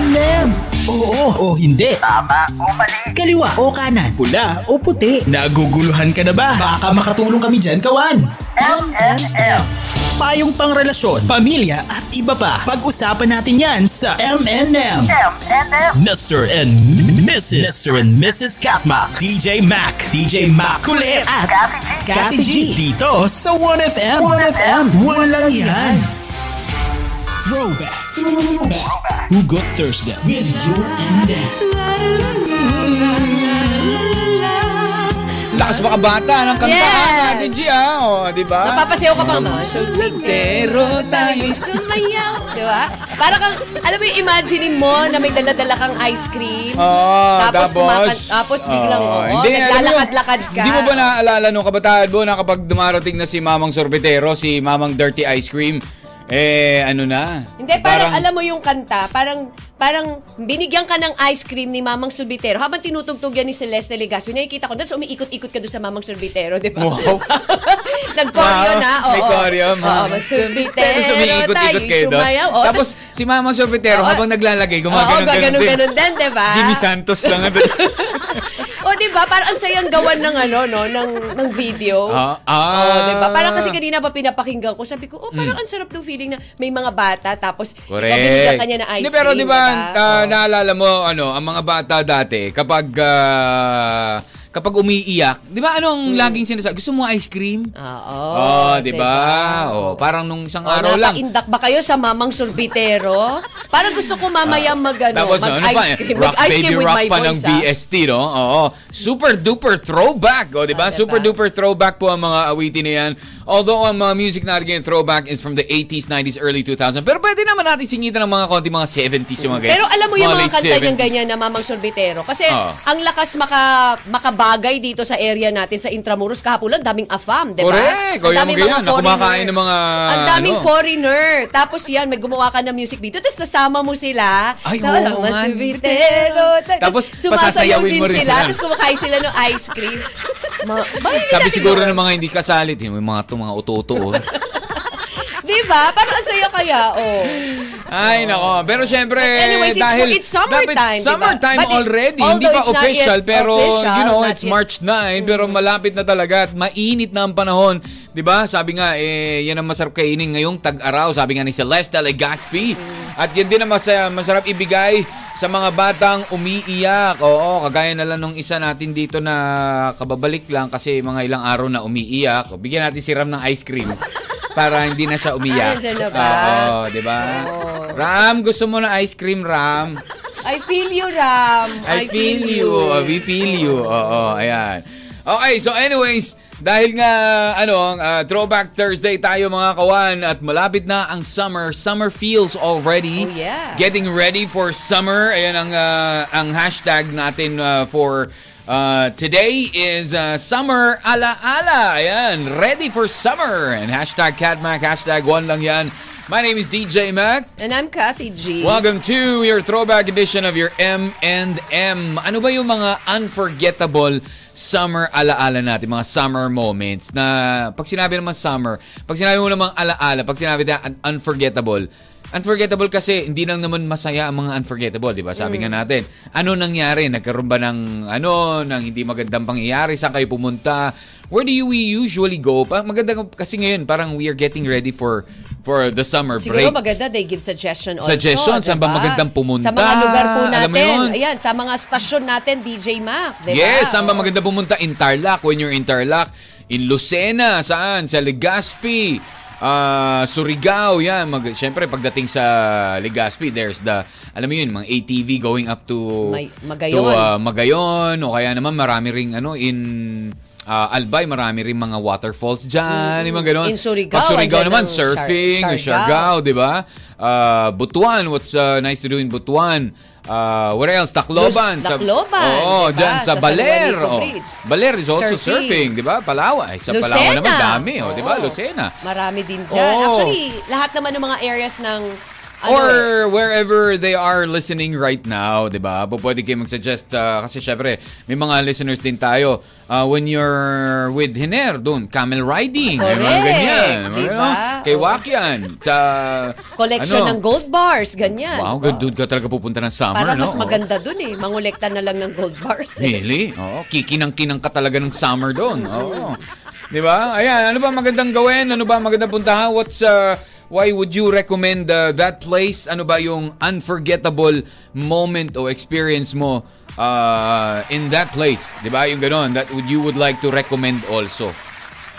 M&M. Oo o hindi. Tama o mali. Kaliwa o kanan. Pula o puti. Naguguluhan ka na ba? Baka makatulong kami dyan, kawan. MNM. Payong pangrelasyon, pamilya at iba pa. Pag-usapan natin yan sa M&M. MNM. Mr. and Mrs. Mr. and Mrs. Katma. DJ Mac. DJ Mac. Kulit at Kathy G. Kathy G. Dito sa 1FM. 1FM. Walang yan. Throwback. Throwback. Who Got Thursday? With your M&M. Lakas baka bata ng kantaan Yes. natin, G, ah. O, di ba? Napapasayaw ka pang mga Solitero tayo sumayaw. Di ba? Para kang, alam mo yung imaginein mo na may dala-dala kang ice cream. Oo, tapos, tapos, kumakan- tapos biglang, oo, Oh, alam mo yun, naglalakad-lakad ka. Hindi mo ba naaalala nung kabataan mo na kapag dumarating na si Mamang Sorbetero, si Mamang Dirty Ice Cream, eh, ano na? Hindi, parang, alam mo yung kanta, parang parang binigyan ka ng ice cream ni Mamang Sorbitero. Habang tinutugtog yan ni Celeste Legaspi, nakikita ko, tapos umiikot-ikot ka doon sa Mamang Sorbitero, di ba? Wow. Nag-choreo Wow. na, oo. May choreo, Mamang Mamang Sorbitero, Tapos umiikot-ikot tayo'y kayo doon. sumayaw. Oh, Oo, Tapos si Mamang Sorbetero, Oo. habang naglalagay, oh. Oo, gumagano'n-ganon gaganon din. ganon din, di ba? Jimmy Santos lang. O, di ba? Parang ang sayang gawan ng ano, no? Ng, ng video. Ah, ah. Hmm. O, Oh. di ba? Parang kasi kanina pa pinapakinggan ko. Sabi ko, oh, parang ang sarap ng feeling na may mga bata tapos ikaw binigyan kanya ng ice Hindi, cream. Oh. pero di ba, ah, Oo. naalala mo, ano, ang mga bata dati, kapag, ah, kapag umiiyak, di ba anong Hmm. laging sinasabi? Gusto mo ice cream? Oo. diba? oh, di ba? Oh, parang nung isang Oh, araw lang. napaindak ba kayo sa mamang sorbitero? Parang gusto ko mamaya mag, ano, Tapos mag ano pa, ice cream. rock mag ice baby cream with rock my pa ng voice, ah. BST, no? Oo. Super duper throwback, o, di ba? Ah, diba? Super duper throwback po ang mga awitin na yan. Although ang mga music natin ngayon, throwback is from the 80s, 90s, early 2000s. Pero pwede naman natin singitan ng mga konti, mga 70s, yung mga ganyan. Pero alam mo yung mga late kanta niyang 70s. ganyan na mamang sorbitero. Kasi Oo. ang lakas maka, makabagay dito sa area natin sa Intramuros. Kahapon lang, daming afam, di ba? Correct. O, yung Ang daming mga ganyan, na foreigner. kumakain ng mga, Ang daming ano. foreigner. Tapos yan, may gumawa ka ng music video. Tapos sasama mo sila. Ay, Tapos, oo mga nga. sorbitero. Tapos, sumasayaw pasasayawin din mo rin sila. sila. Tapos kumakain sila ng ice cream. Ma- Bakit hindi Sabi natin siguro ng yun? mga hindi kasalit, yung mga to, mga uto-uto. oh. Di ba? Parang ang saya kaya, oh. Ay, nako. Pero syempre, Anyways, it's- dahil it's summertime, dapat di ba? summertime But it- already. although Hindi pa it's not yet official, pero official, you know, not it's yet. Mm. March 9, pero malapit na talaga at mainit na ang panahon. 'Di ba? Sabi nga, eh, yan ang masarap kainin ngayong tag-araw. Sabi nga ni Celeste Legaspi. Mm. At yan din ang masa- masarap ibigay sa mga batang umiiyak. Oo, kagaya na lang nung isa natin dito na kababalik lang kasi mga ilang araw na umiiyak. Bigyan natin si Ram ng ice cream para hindi na siya umiyak. Ah, nandiyan na ba? Oo. Oh, di ba? Oo. Ram, gusto mo na ice cream, Ram? I feel you, Ram. I, feel, you. Oh, we feel you. Oo, ayan. Okay, so anyways, dahil nga ano, ah, Throwback Thursday tayo mga kawan at malapit na ang summer. Summer feels already. Oh, yeah. Getting ready for summer. Ayan ang ah, ang hashtag natin ah, for ah, today is ah, summer ala-ala. Ayan, ready for summer. And hashtag CatMac, hashtag one lang yan. My name is DJ Mac. And I'm Kathy G. Welcome to your throwback edition of your M&M. Ano ba yung mga unforgettable summer alaala natin, mga summer moments na pag sinabi naman summer, pag sinabi mo namang alaala, pag sinabi na un- unforgettable, unforgettable kasi hindi lang naman masaya ang mga unforgettable, di ba? Sabi nga natin, ano nangyari? Nagkaroon ba ng ano, ng hindi magandang pangyayari? Saan kayo pumunta? Where do you we usually go? Pa- Maganda kasi ngayon, parang we are getting ready for for the summer Siguro break. oh, maganda they give suggestion also. Suggestion, diba? saan ba magandang pumunta? Sa mga lugar po natin. Alam mo yun? Ayan, sa mga stasyon natin, DJ Mac. Diba? Yes, saan ba Oo. maganda pumunta? In Tarlac, when you're in Tarlac. In Lucena, saan? Sa Legazpi. ah, Surigao, yan. Mag, Siyempre, pagdating sa Legazpi, there's the, alam mo yun, mga ATV going up to, May- Magayon. to ah, Magayon. O kaya naman, marami ring, ano, in ah, Albay, marami ring mga waterfalls dyan. yung mga ganun. In Surigao, Pag Surigao andyan naman, ang surfing, Siar- Siargao, di ba? Ah, Butuan, what's ah, nice to do in Butuan? Ah, where else? Tacloban. Luz- Tacloban, Oo, di ba? dyan sa, Sa San Baler. Juanico oh. Bridge. Baler is also surfing, Surfing. di ba? Palawan. Ay, sa Palawan naman, dami. Oh, di ba? Oo. Lucena. Marami din dyan. Oo. Actually, lahat naman ng mga areas ng... Ano, eh, Or wherever they are listening right now, di ba? Po- Pwede kayo mag-suggest ah, kasi syempre, may mga listeners din tayo. Ah, when you're with Hiner, doon, camel riding. Correct, Mga ganyan. di Mga ba? ganun. Kay Wakyan. Sa... ano? Collection ng gold bars, ganyan. Wow, good dude ka talaga pupunta ng summer, Para no? mas maganda dun eh. Mangolekta na lang ng gold bars. Eh. Really? Oo, kikinang-kinang ka talaga ng summer doon. Oo. Di ba? Ayan, ano ba magandang gawin? Ano ba magandang puntahan? What's, uh, why would you recommend uh, that place? Ano ba yung unforgettable moment o experience mo uh, in that place? Di ba? Yung ganon, that would you would like to recommend also.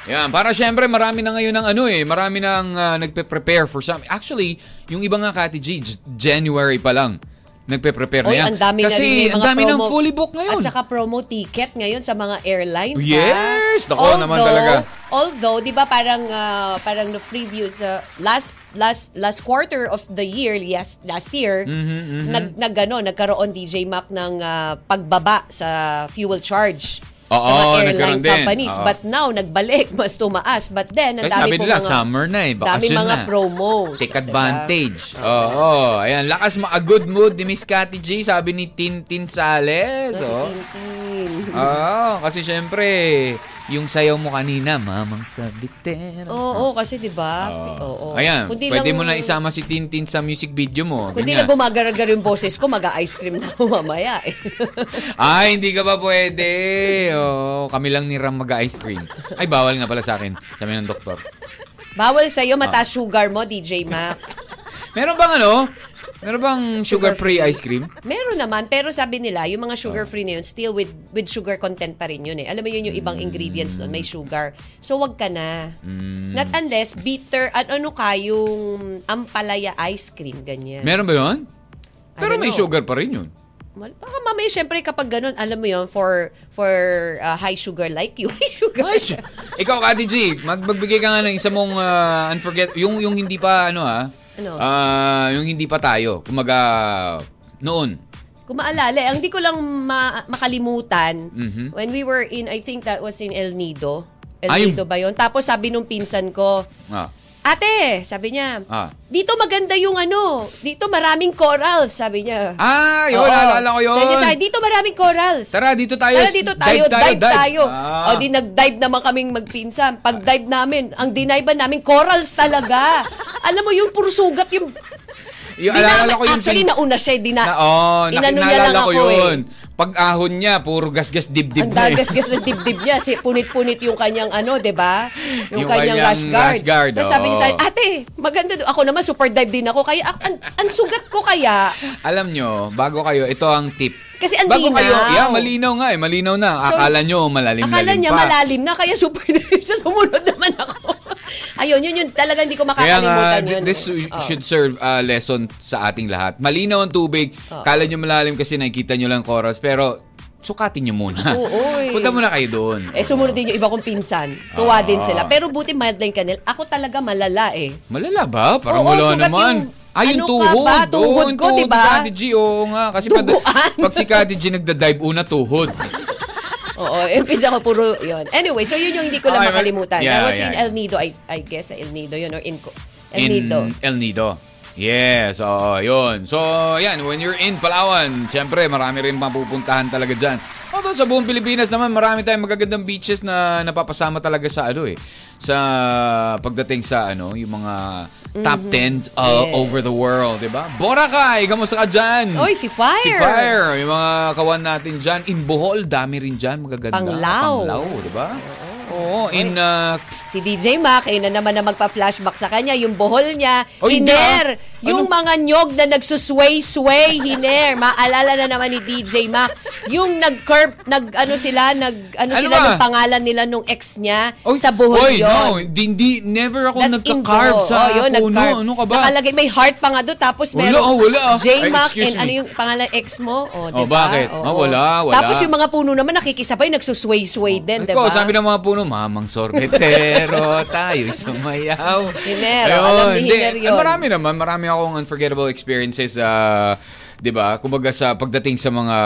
Yan, para syempre marami na ngayon ng ano eh, marami nang ah, nagpe-prepare for some. Actually, yung iba nga Kati G, J- January pa lang nagpe-prepare na Ano Oy, yan. ang dami na rin Kasi may mga ang dami ng promo- fully booked ngayon. At saka promo ticket ngayon sa mga airlines. Yes! ha? Nako, naman talaga. Although, 'di ba parang ah, parang no previous the last last last quarter of the year, yes, last year, Mm-hmm, nag nagano, nagkaroon DJ Mac ng ah, pagbaba sa fuel charge. Oo, sa mga nagkaroon airline din. companies. Oo. But now, nagbalik, mas tumaas. But then, ang Kasi dami sabi po nila, mga, summer na eh, dami bakasyon mga na. promos. Take diba? advantage. Oo, oh, ayan. Lakas ma a good mood ni Miss Cathy G, sabi ni Tintin Sales. Kasi Oo, tintin. oh, kasi syempre, yung sayaw mo kanina, mamang sabitin. Oo, kasi 'di ba? Oo. Ah. Ayan, Kundi pwede lang- mo na isama si Tintin sa music video mo. Kundi ganyan. lang gumagaragar yung boses ko, mag-ice cream na ako mamaya eh. Ay, hindi ka ba pwede? Oo, kami lang ni Ram mag-ice cream. Ay, bawal nga pala sa akin. Sabi ng doktor. Bawal sa'yo Ah. mataas sugar mo, DJ Mac. Meron bang ano? Meron bang sugar-free ice cream? Meron naman, pero sabi nila, yung mga Ah. sugar-free na yun, still with, with sugar content pa rin yun eh. Alam mo yun, yung Hmm. ibang ingredients nun, may sugar. So, wag ka na. Not unless bitter, at ano ka, yung ampalaya ice cream, ganyan. Meron ba yun? I Pero don't may know. sugar pa rin yun. Mal- Baka mamaya, syempre, kapag ganun, alam mo yun, for, for uh, high sugar like you, high sugar. Nice. Ikaw, Kati G, mag- magbigay ka nga ng isa mong ah, unforget... Yung, yung hindi pa, ano ah... Ano? ah, yung hindi pa tayo. Kumaga, noon. Kung maalala, ang di ko lang ma- makalimutan, when we were in, I think that was in El Nido. El Mhm. Ay, Nido ba yun? Tapos sabi nung pinsan ko, Ah. Ate, sabi niya, Ah. dito maganda yung ano, dito maraming corals, sabi niya. Ah, yun, Oo. naalala ko yun. Sabi niya sa akin, dito maraming corals. Tara, dito tayo. Tara dito tayo, dive, tayo. Ah. O di nag-dive naman kaming magpinsan. Pag dive namin, ang dinive namin, corals talaga. Alam mo, yun, puro sugat yung... Yung, Di na- alala ko yung... actually, pin- nauna siya, eh, di na, na, oh, inano niya lang naalala ko ako yun. eh. Pag ahon niya, puro gas-gas dibdib Ang na eh. dagas-gas ng dibdib niya. Si punit-punit yung kanyang ano, 'di ba? Yung, Yung kanyang kanyang, rash guard. rash guard, oh. Tapos sabi niya sa akin, oo. "Ate, maganda do. Ako naman super dive din ako kaya ang, ang- ang sugat ko kaya." Alam nyo, bago kayo, ito ang tip. Kasi ang bago linaw. kayo, yeah, malinaw nga eh, malinaw na. So, akala nyo, malalim-lalim Akala niya pa. malalim na kaya super dive siya sumunod naman ako. Ayun, yun yun talaga hindi ko Kaya nga, makakalimutan th- yun. this eh. Oo. should serve a lesson sa ating lahat. Malinaw ang tubig. Oh. Kala nyo malalim kasi nakikita nyo lang corals. Pero, sukatin nyo muna. Oo, eh. Punta muna kayo doon. Eh sumunod din yung iba kong pinsan. Ah. Tuwa din sila. Pero buti mild lang kanil. Ako talaga malala eh. Malala ba? Parang Oo, wala sukat naman. yung- Ay, yung ano ka tuhod. ba? Tuhod Oo, yung ko, diba? ni Kati G, oo nga. Kasi pag, Duguan. pag si Kati G nagda-dive, una tuhod. Oo, impisa ko puro yun. Anyway, so yun yung hindi ko lang Okay, well, makalimutan. yeah, I was yeah, in yeah. El Nido, I, I guess sa El Nido yun or in Co- El in Nido. El Nido. Yes, oo, yun. So, yan, when you're in Palawan, syempre, marami rin mapupuntahan talaga dyan. Although sa buong Pilipinas naman, marami tayong magagandang beaches na napapasama talaga sa ano eh. Sa pagdating sa ano, yung mga top Mm-hmm. 10s all Yeah. over the world, di ba? Boracay, kamusta ka dyan? Oy, si Fire! Si Fire! Yung mga kawan natin dyan. In Bohol, dami rin dyan, magaganda. Panglao. Panglao, di ba? Oo, in uh, Si DJ Mac, ayun na naman na magpa-flashback sa kanya, yung buhol niya, Oh, hindi hiner, ah. yung Ano? mga nyog na nagsusway-sway, hiner, maalala na naman ni DJ Mac, yung nag-curb, nag, ano sila, nag, ano, Ano sila, ba? nung pangalan nila nung ex niya, Oy, sa buhol oy, yun. no, hindi, hindi, never ako That's nagka-carve Indo. sa Oh, yun, puno. nag-carve. Ano ka ba? Nakalagay, may heart pa nga doon. Tapos Wala, meron oh, wala. Ay, J-Mac excuse and me. ano yung pangalan ex mo? O, Oh, di ba? bakit? Oo. Ah, wala, wala. Tapos yung mga puno naman nakikisabay, nagsusway-sway din, diba? di Ikaw, ba? sabi ng mga puno, mamang sorbetero, tayo sumayaw. Hiner, alam ni hindi. Hiner yun. Ah, Marami naman, marami akong unforgettable experiences. ah, 'di ba? Kumbaga sa pagdating sa mga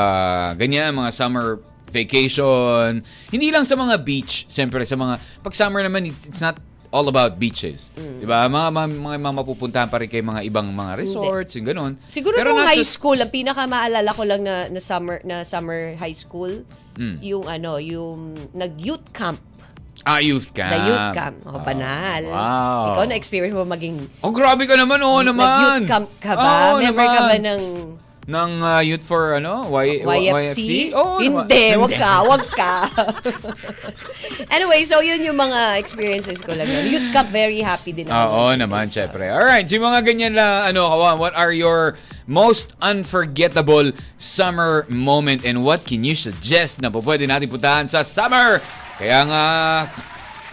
ganyan, mga summer vacation, hindi lang sa mga beach, siyempre sa mga pag summer naman it's, it's not all about beaches. Mm. 'Di ba? Mga mga, mga, mga mapupuntahan pa rin kay mga ibang mga resorts, yung ganun. Siguro Pero nung not high just- school, ang pinaka maalala ko lang na, Hmm. na summer na summer high school, yung ano, yung nag-youth camp. Ah, youth camp. The youth camp. O, banal. wow. Ikaw na-experience mo maging Oh, grabe ka naman. Oo naman. nag-youth camp ka ba? Oo Member ka naman. ba ng Ng ah, Youth for ano? Y- YFC? Oo naman. Hindi, wag ka, wag ka. anyway, so yun yung mga experiences ko lang. yun. Youth camp, very happy din ako. Oo naman, syempre. Alright, so yung mga ganyan na, ano, Kawan, what are your most unforgettable summer moment and what can you suggest na po pwede natin puntahan sa summer? Kaya nga,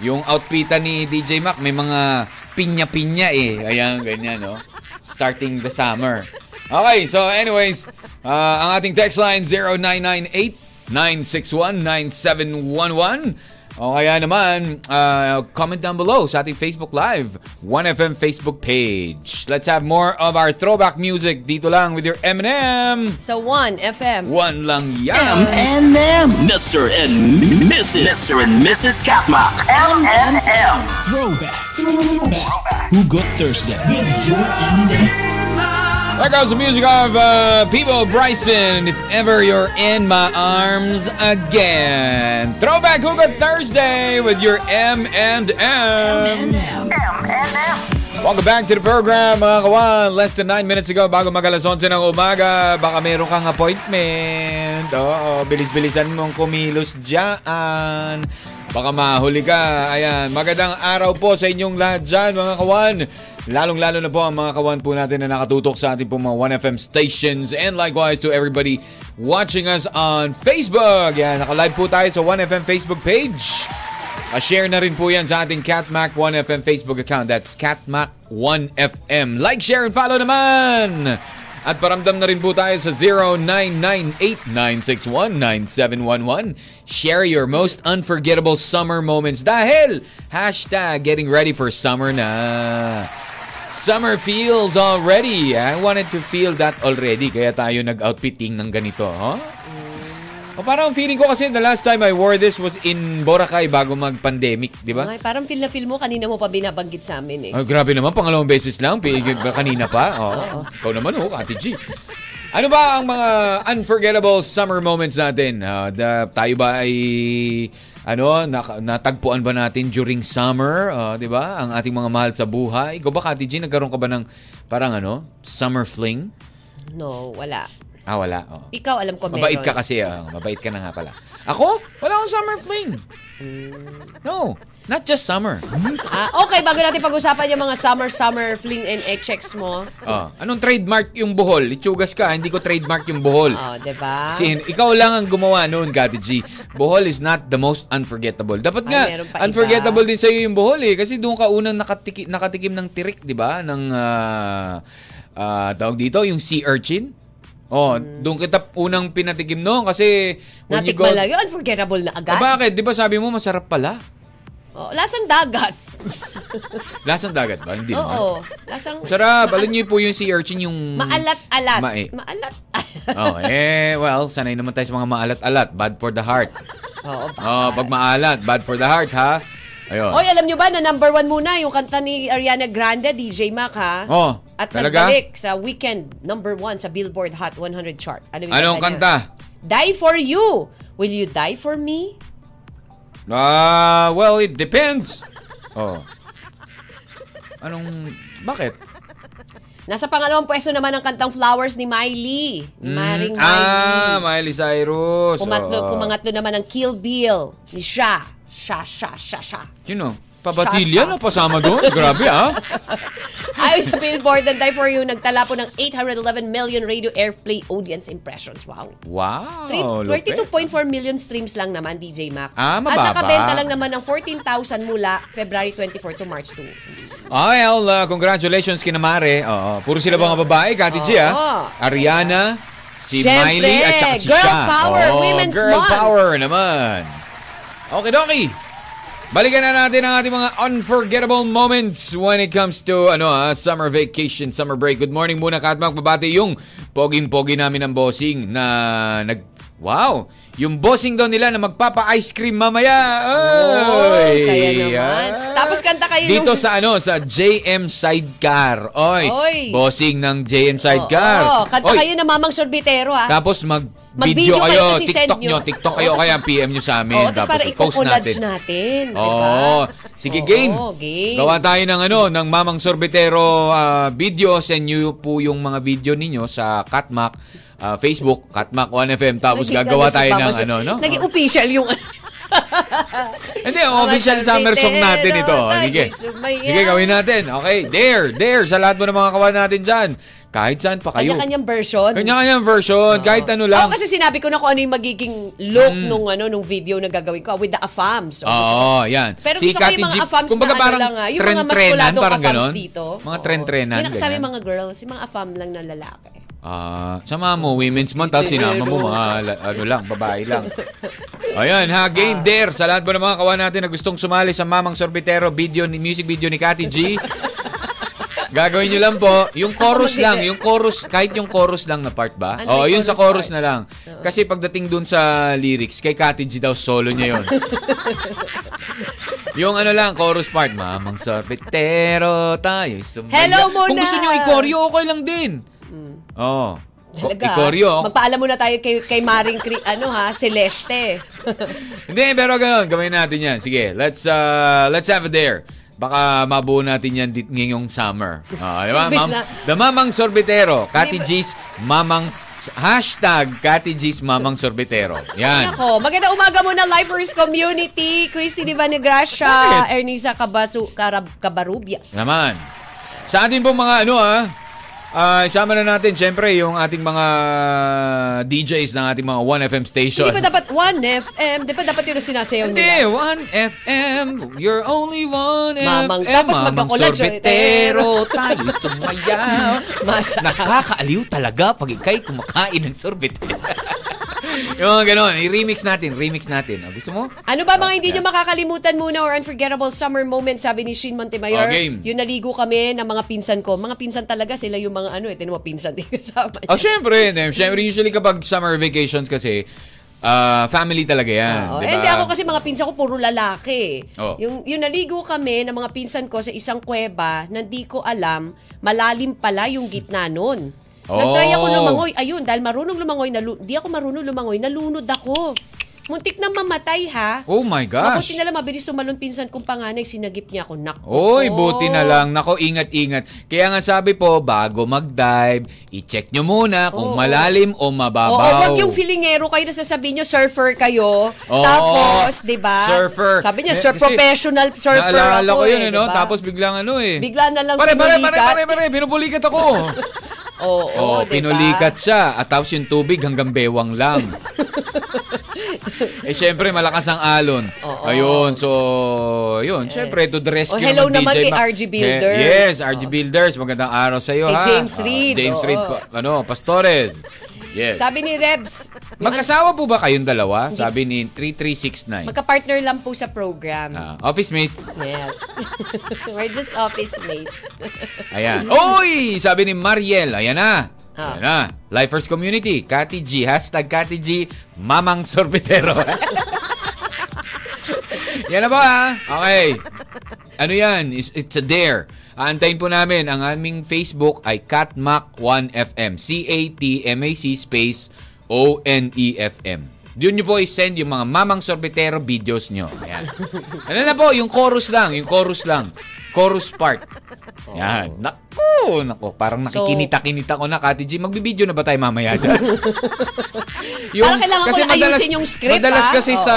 yung outfitan ni DJ Mac, may mga pinya-pinya eh. Ayan, ganyan, no? Starting the summer. Okay, so anyways, ah, ang ating text line 0998-961-9711. O kaya naman, uh, comment down below sa ating Facebook Live, 1FM Facebook page. Let's have more of our throwback music dito lang with your M&M. So, 1 FM. One lang M yan. and M. Mr. and Mrs. Mr. and Mrs. Katma. M and M. Throwback. Throwback. Who got Thursday? With your M and M. There goes the music of uh, Peebo Bryson, If Ever You're In My Arms Again. Throwback Hugot Thursday with your M&M. M and M. Welcome back to the program, mga kawan. Less than 9 minutes ago, bago mag alas 11 ng umaga, baka meron kang appointment. Oo, bilis-bilisan mong kumilos dyan. Baka mahuli ka. Ayan, magandang araw po sa inyong lahat dyan, mga kawan. Lalong-lalo na po ang mga kawan po natin na nakatutok sa ating pong mga 1FM stations and likewise to everybody watching us on Facebook. Yan, nakalive po tayo sa 1FM Facebook page. Pa-share Ah, na rin po yan sa ating Catmac 1FM Facebook account. That's Catmac 1FM. Like, share, and follow naman! At paramdam na rin po tayo sa 0998-961-9711. Share your most unforgettable summer moments dahil hashtag getting ready for summer na. Summer feels already. I wanted to feel that already. Kaya tayo nag-outfitting ng ganito. Huh? O parang feeling ko kasi the last time I wore this was in Boracay bago mag-pandemic, di ba? Ay, parang feel na feel mo, kanina mo pa binabanggit sa amin eh. Ah, grabe naman, pangalawang beses lang. Pigil ba kanina pa? Oo. Ikaw naman, oh, Ate G. Ano ba ang mga unforgettable summer moments natin? Ah, da- tayo ba ay ano, nak- natagpuan ba natin during summer, Ah, 'di ba? Ang ating mga mahal sa buhay. Ikaw ba, Ate G, nagkaroon ka ba ng parang ano, summer fling? No, wala. Ah, wala. Oo. Ikaw, alam ko meron. Mabait ka kasi. ah. mabait ka na nga pala. Ako? Wala akong summer fling. No. Not just summer. Ah, okay, bago natin pag-usapan yung mga summer-summer fling and e-checks mo. Ah, anong trademark yung buhol? Itsugas ka. Hindi ko trademark yung buhol. Oh, di ba? Sin, ikaw lang ang gumawa noon, Gati G. Bohol is not the most unforgettable. Dapat Ay, nga, meron pa unforgettable din sa'yo yung Bohol eh. Kasi doon ka unang nakatiki, nakatikim ng tirik, di ba? Ng, ah, ah, tawag dito, yung sea urchin. Oh, doon kita unang pinatikim noon kasi when you go... Hmm. Natikman lang yun. Unforgettable na Ah, agad. bakit? Di ba sabi mo masarap pala? Oh, lasang dagat. Lasang dagat ba? Hindi naman. Oo. Lasang... Sarap. Alam niyo po yung sea urchin yung... Maalat-alat. Ma- eh. Maalat. oh, eh, well, sanay naman tayo sa mga maalat-alat. Bad for the heart. Oo, baka. Oh, pag maalat, bad for the heart, ha? Ayun. Oy, alam nyo ba na number one muna yung kanta ni Ariana Grande, DJ Mac, ha? Oh, At talaga? nagbalik sa weekend, number one sa Billboard Hot 100 chart. Ano yung Anong kanta? niya? Die for you. Will you die for me? Ah, well, it depends. Oh. Anong, bakit? Nasa pangalawang pwesto naman ang kantang Flowers ni Miley. Ni Maring Mm. ah, Miley. Miley Cyrus. Oh. Pumatlo, Oo. pumangatlo naman ang Kill Bill ni Sha. Sha, Sha, Sha, Sha. Sino? Pabatilya Sasha. na pasama doon? Grabe, ah. ha? Ayon sa Billboard and Die For You, nagtala po ng 811 million radio airplay audience impressions. Wow. Wow. Three- Oh, lupit. 32.4 million streams lang naman, DJ Mac. Ah, At mababa. nakabenta lang naman ng 14,000 mula February 24 to March 2. Ah, well, uh, congratulations kina Mare. Oo, puro sila mga babae, Kati G, ha? Oo. Ariana, si Siyempre, Miley, at saka si girl Sha. power, Oo, women's girl month. power naman. Okay, Doki. Balikan na natin ang ating mga unforgettable moments when it comes to ano ha, summer vacation, summer break. Good morning muna, Katmak. Babati yung poging-pogi namin ng bossing na nag Wow! Yung bossing daw nila na magpapa-ice cream mamaya. Oh, Oy! saya naman. Ah. Tapos kanta kayo Dito nung- sa ano, sa JM Sidecar. Oy, oh. Oy. bossing ng JM Sidecar. Oo, Oy, kanta kayo na mamang sorbitero ah. Tapos mag Mag-video video kayo, kayo, tapos i-send TikTok nyo. nyo, TikTok kayo Oo, kaya tapos- PM nyo sa amin. Oo, tapos para post i-collage natin. di ba? Oo. Sige, Oo, game. game. Gawa tayo ng ano, ng Mamang Sorbetero ah, video. Send nyo po yung mga video ninyo sa Katmak, ah, Facebook, Katmak 1FM. Tapos Nakikita gagawa na si tayo Papa ng Sor- ano, no? Naging official yung Hindi, official summer song natin ito. Sorbetero, tayo Sige. sumayaw. Sige, gawin natin. Okay, there, there. Sa lahat mo ng mga kawan natin dyan. Kahit saan pa kayo. kanya-kanyang version. Kanya-kanyang version. Kahit ano lang. Mm. Ako kasi sinabi ko na kung ano yung magiging look nung ano nung video na gagawin ko ah, with the afams. So, gusto Oo, yan. Pero gusto ko Kati yung mga G, affams kumbaga na ano lang ah. Yung mga tren-trenan, maskuladong parang affams ganon. dito. Mga Oo. tren-trenan. Yun ang sabi ganyan. mga girls, yung mga affam lang na lalaki. Ah, sama mo, women's month, tapos sinama mo mga la- ano lang, babae lang. Ayan ha, Ah. game there. Sa lahat po ng mga kawan natin na gustong sumali sa Mamang Sorbitero video, ni music video ni Kati G. Gagawin nyo lang po, yung chorus Ako lang, mag- yung chorus, kahit yung chorus lang na part ba? Ano Oo, yung yun sa chorus chorus part? na lang. Kasi pagdating dun sa lyrics, kay Kati G daw, solo niya yun. Yung ano lang, chorus part, mamang sorbetero tayo. Sumayo. Hello muna! Kung gusto nyo i-choreo, okay lang din. Oo. Oh. Talaga. I-choreo. ako- Magpaalam muna tayo kay, kay Maring Cri- ano ha, Celeste. Hindi, pero ganun. Gawin natin yan. Sige, let's uh, let's have it there. Baka mabuo natin yan dit ngayong summer. Ah, di ba? Imbis Mam- na- The Mamang Sorbetero. Kati Hindi ba- G's Mamang... Hashtag Kati G's Mamang Sorbetero. Yan. Ako, maganda umaga muna Lifers Community, Christy Divan Negracia, Bakit? Ernisa Cabasu, Carab, Cabarubias. Naman. Sa atin pong mga ano ah, ah, isama na natin syempre yung ating mga DJs ng ating mga 1FM stations. Hindi ba dapat 1FM? Di ba dapat yun ang sinasayaw ano? Hindi, nila? 1FM, you're only 1FM. Mamang- tapos magkakulat, sorbetero, tayo tumayaw. Masya. Nakakaaliw talaga pag ikay kumakain ng sorbetero. yung mga ganon, i-remix natin, remix natin. Ah, gusto mo? Ano ba mga hindi nyo makakalimutan muna or unforgettable summer moments, sabi ni Shin Oh, Montemayor? game. Yung naligo kami ng mga pinsan ko. Mga pinsan talaga, sila yung mga ano, eh, tinuwa pinsan din kasama niya. Oh, syempre. eh, Syempre, usually kapag summer vacations kasi, ah, family talaga yan. Ah, Oo. di ba? Eh, Oh. Hindi ako kasi mga pinsan ko puro lalaki. Oo. Yung, yung naligo kami ng mga pinsan ko sa isang kuweba na hindi ko alam, malalim pala yung gitna nun. Nag-try ako Oh. lumangoy. Ayun, dahil marunong lumangoy, nalu- di ako marunong lumangoy, nalunod ako. Muntik na mamatay ha. Oh my gosh. Mabuti na lang, mabilis tumalon pinsan kong panganay, sinagip niya ako. Nak. Oy, buti na lang. Nako, ingat-ingat. Kaya nga sabi po, bago mag-dive, i-check nyo muna kung Oo. malalim o Oo, mababaw. wag yung filingero kayo na sasabihin nyo, surfer kayo. Oo. Tapos, di ba? Surfer. Sabi niya, Eh, sir, kasi professional surfer Naalala ako ko yun, eh, eh, no? di ba? Tapos biglang ano eh. Bigla na lang pare, pare, pare, pinulikat. pare, pare, pinupulikat ako. oh, Oo, diba? pinulikat siya. At tapos yung tubig hanggang bewang lang. eh, syempre, malakas ang alon. Oo. Ayun, so, yun. Syempre, to the rescue Oh, hello ng naman DJ kay Mac. RG Builders. Eh, yes, RG Oh. Builders. Magandang araw sa'yo, Kay ha? James Ah, Reed, James oo. Reed, pa- ano, Pastores. Yes. Sabi ni Rebs, Magkasawa po ba kayong dalawa? Sabi ni 3369. magka-partner lang po sa program. Ah, office mates. Yes. We're just office mates. Ayan. Oy! Sabi ni Mariel. Ayan na. Ah. Ayan na. Lifers Community. Kati G. Hashtag Kati G. Mamang Sorbetero. yan na ba ha? Okay. Ano yan? It's, it's a dare. Aantayin po namin. Ang aming Facebook ay CatMac1FM. C-A-T-M-A-C space E O-N-E-F-M. Doon nyo po i-send yung mga mamang sorbetero videos nyo. Ayan. Ano na po? Yung chorus lang. Yung chorus lang. Chorus part. Yan. Naku! Naku, parang So- nakikinita-kinita ko na, Kati G. Magbibideo na ba tayo mamaya dyan? Parang kailangan ko lang ayusin yung script, Madalas ah. kasi Oo. sa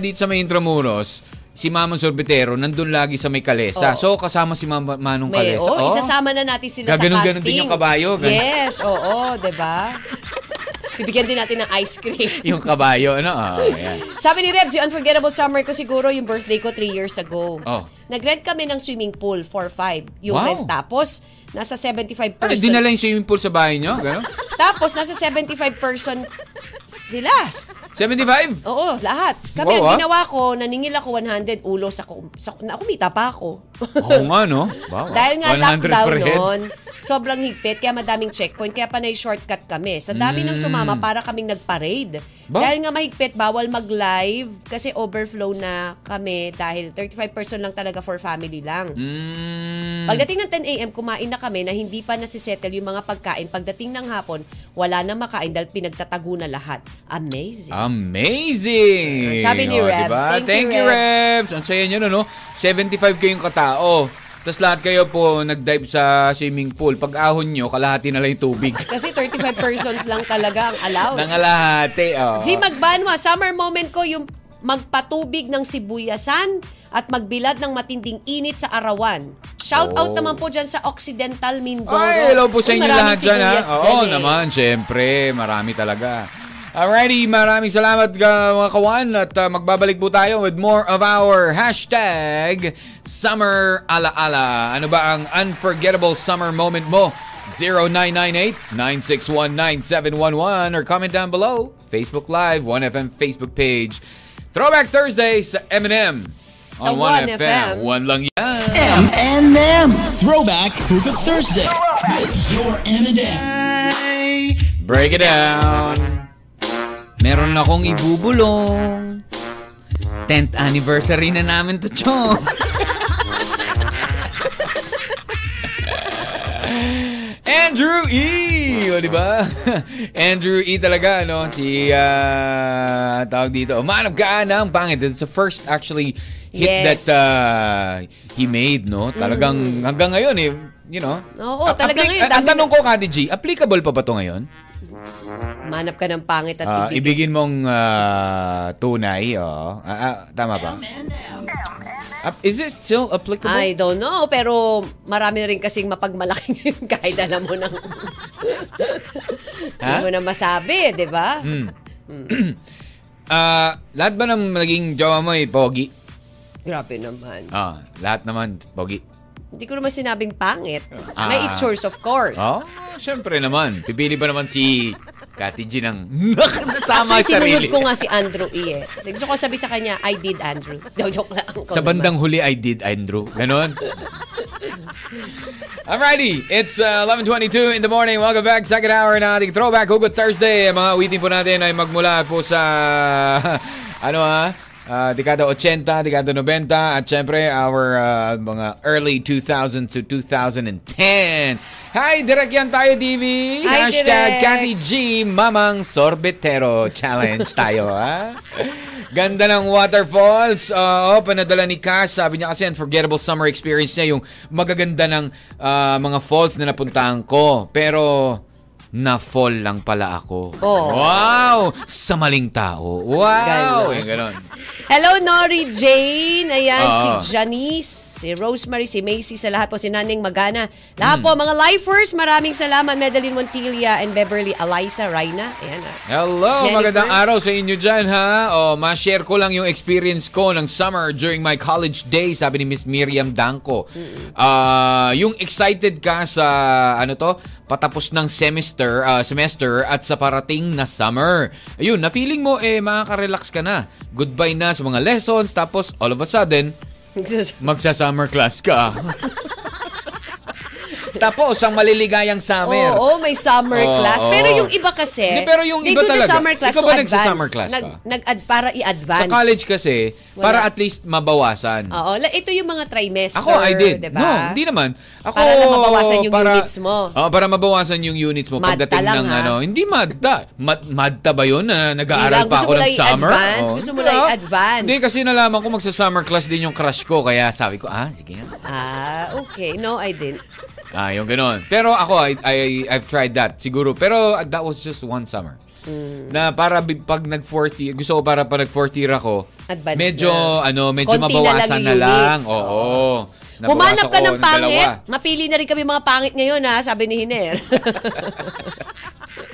dito sa may Intramuros, si Mama Sorbetero nandun lagi sa may Kalesa. Oo. So kasama si Mama Manong Oh. May, Kalesa. oh, Oo. isasama na natin sila sa casting. Gaganon-ganon din yung kabayo, ganun. Yes, oo, di ba? Bibigyan din natin ng ice cream. Yung kabayo, ano? Ah, ayan. Sabi ni Rebs, yung unforgettable summer ko siguro yung birthday ko 3 years ago. Oh. Nag-rent kami ng swimming pool for 5 yung Wow. rent. Tapos, nasa 75 Ano, person. dinala yung swimming pool sa bahay nyo? Ganon? Tapos, nasa 75 person sila. 75? Oo, lahat. Wow, Kami ang ah. ginawa ko, naningil ako 100 ulo sa, kum- sa na kumita pa ako. Oo nga, no? Wow, Dahil 100 nga lockdown per head. noon. sobrang higpit, kaya madaming checkpoint, kaya panay shortcut kami. Sa dami ng sumama, para kaming nag-parade. Ba? Dahil nga mahigpit, bawal mag-live kasi overflow na kami dahil 35 person lang talaga for family lang. Mm. Pagdating ng 10 a.m., kumain na kami na hindi pa nasisettle yung mga pagkain. Pagdating ng hapon, wala na makain dahil pinagtatago na lahat. Amazing. Amazing! Oh, Sabi ni O, Rebs. Thank you, Rebs. Ang saya nyo, no? no? 75 kayong katao. Tapos lahat kayo po nag-dive sa swimming pool. Pag ahon nyo, kalahati na lang yung tubig. Kasi 35 persons lang talaga ang allowed. Nangalahati, oh. Si Magbanwa, summer moment ko yung magpatubig ng sibuyasan at magbilad ng matinding init sa arawan. Shout Oh. out naman po dyan sa Occidental Mindoro. Ay, hello po sa Uy, inyo maraming lahat dyan, ha? sibuyas Oo dyan, eh. naman, syempre. Marami talaga. Alrighty, maraming salamat ka, mga kawan at ah, magbabalik po tayo with more of our hashtag Summer Alaala. Ano ba ang unforgettable summer moment mo? 0998-961-9711 or comment down below. Facebook Live, 1FM Facebook page. Throwback Thursday sa M&M Sa on 1FM. 1FM. One lang yan. M and M. Throwback Hookah Thursday with your M and M. Break it down. Meron akong ibubulong. 10th anniversary na namin to, Chong. Andrew E! O, di ba? Andrew E talaga, no? Si, ah, tawag dito, umanap ka na, ang pangit. It's the first, actually, hit Yes. that ah, he made, no? Talagang, hanggang ngayon, eh, you know? Oo, talaga Appli- ngayon, Ang dami tanong ko, Kati G, applicable pa ba to ngayon? Manap ka ng pangit at Ah, ibig. ibigin mong ah, tunay, oh. Ah, ah, tama ba? Ap- Is this still applicable? I don't know, pero marami na rin kasing mapagmalaki ngayon kahit alam mo nang... Ha? Hindi mo na masabi, di ba? Hmm. Ah, lahat ba ng naging jowa mo ay pogi? Grabe naman. Ah, lahat naman pogi. Hindi ko naman sinabing pangit. Ah. May itsures, of course. Oh, syempre naman. Pipili ba naman si Kati G ng nasama Actually, sa sinunod sarili? ko nga si Andrew E. Eh. Gusto ko sabi sa kanya, I did Andrew. No, joke lang. Ikaw Sa naman. bandang huli, I did, Andrew. Ganon. Alrighty, it's uh, 11.22 in the morning. Welcome back. Second hour na ating Throwback Hugot Thursday. Ang mga uwitin po natin ay magmula po sa, ano ha, ah, dekada 80, dekada 90, at syempre our ah, mga early 2000 to 2010. Hi, Direk Yan Tayo TV! Hi, Hashtag Direk. Cathy G, Mamang Sorbetero Challenge tayo, ha? Ganda ng waterfalls. Oo, panadala ni Cass. Sabi niya kasi unforgettable summer experience niya yung magaganda ng ah, mga falls na napuntahan ko. Pero na-fall lang pala ako. Oh. Wow! Sa maling tao. Wow! Ganon. Yung ganon. Hello, Nori Jane. Ayan, Oo. si Janice, si Rosemary, si Macy, sa lahat po, si Naning Magana. Lahat po, mga lifers, maraming salamat. Madeline Montilla and Beverly Eliza Raina. Ayan, ah. Hello, Jennifer. magandang araw sa inyo dyan ha. O, ma-share ko lang yung experience ko ng summer during my college days, sabi ni Miss Miriam Danco. Ah, yung excited ka sa ano to, patapos ng semester, ah, semester at sa parating na summer. Ayun, na feeling mo eh makaka-relax ka na. Goodbye na sa mga lessons tapos all of a sudden, magsa-summer class ka. tapos ang maliligayang Oo, summer. oo, may summer Oo, class. oo. Pero yung iba kasi, Hindi, pero yung they iba do the talaga. summer class Ikaw to ba advance. nagsasummer class Nag, ka? nag-add para i-advance. Sa college kasi, Wala. para at least mabawasan. Oo, la- ito yung mga trimester. Ako, I did. Diba? No, hindi naman. Ako, Para lang mabawasan yung units mo. Oo, para mabawasan yung units mo. Madta pagdating lang, ng ha? ano. Hindi madta. Mad, madta ba yun na nag-aaral Hindi lang. pa Gusto ako mo ng lang summer? i-advance. Oo, Gusto mo hindi lang ah. i-advance. Hindi, kasi nalaman ko magsa-summer class din yung crush ko. Kaya sabi ko, ah, sige nga. Ah, okay. No, I didn't. Ah, yung ganun. Pero ako, I, I, I've tried that, siguro. Pero uh, that was just one summer. Hmm. Na para bi- pag nag-fourth year, gusto ko para pag nag-fourth year ako, Advance medyo, na. ano, medyo Konti na lang mabawasan na yung lang. units, Oo. Nabawasan Pumanap ka ko ng pangit. dalawa. Mapili na rin kami mga pangit ngayon, ha? Sabi ni Hiner.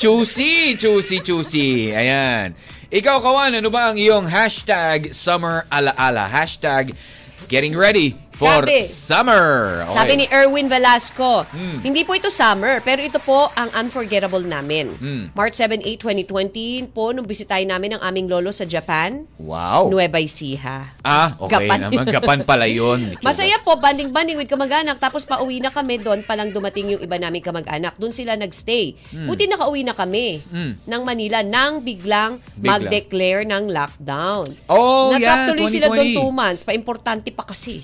Choosy, choosy, choosy. Ayan. Ikaw, Kawan, ano ba ang iyong hashtag summer alaala? Hashtag getting ready for Sabi. summer. Okay. Sabi ni Erwin Velasco, Hmm. hindi po ito summer, pero ito po ang unforgettable namin. Hmm. March 7, 8, 2020 po, nung bisitahin namin ang aming lolo sa Japan, Wow. Nueva Ecija. Ah, okay Gapan. naman. Gapan pala yun. Masaya po, banding-banding with kamag-anak. Tapos pauwi na kami doon, palang dumating yung iba naming kamag-anak. Doon sila nagstay. Hmm. Buti nakauwi na kami ng Manila nang biglang, Biglang. mag-declare ng lockdown. Oh, yeah, Natrap tuloy sila doon 2020. two months. Pa-importante pa kasi.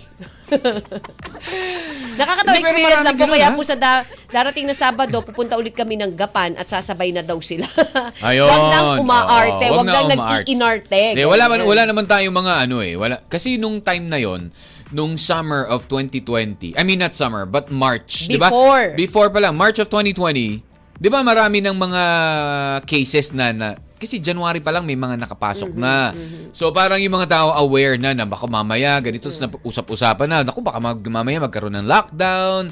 Nakakatawa Hindi, pero experience marami lang po. ganun, Kaya ha? po sa da- darating na Sabado, pupunta ulit kami ng Gapan at sasabay na daw sila. Ayun. Huwag lang umaarte. Oo, Huwag lang na umaarte. nag-iinarte. Hindi, wala, man, Ganyan. wala naman tayong mga ano eh. Wala, kasi nung time na yon nung summer of 2020, I mean not summer, but March. di ba? Before. Before pa lang, March of 2020, di ba marami ng mga cases na, na kasi January pa lang may mga nakapasok na. So parang yung mga tao aware na na baka mamaya ganito na usap-usapan na. Naku baka mag, mamaya magkaroon ng lockdown.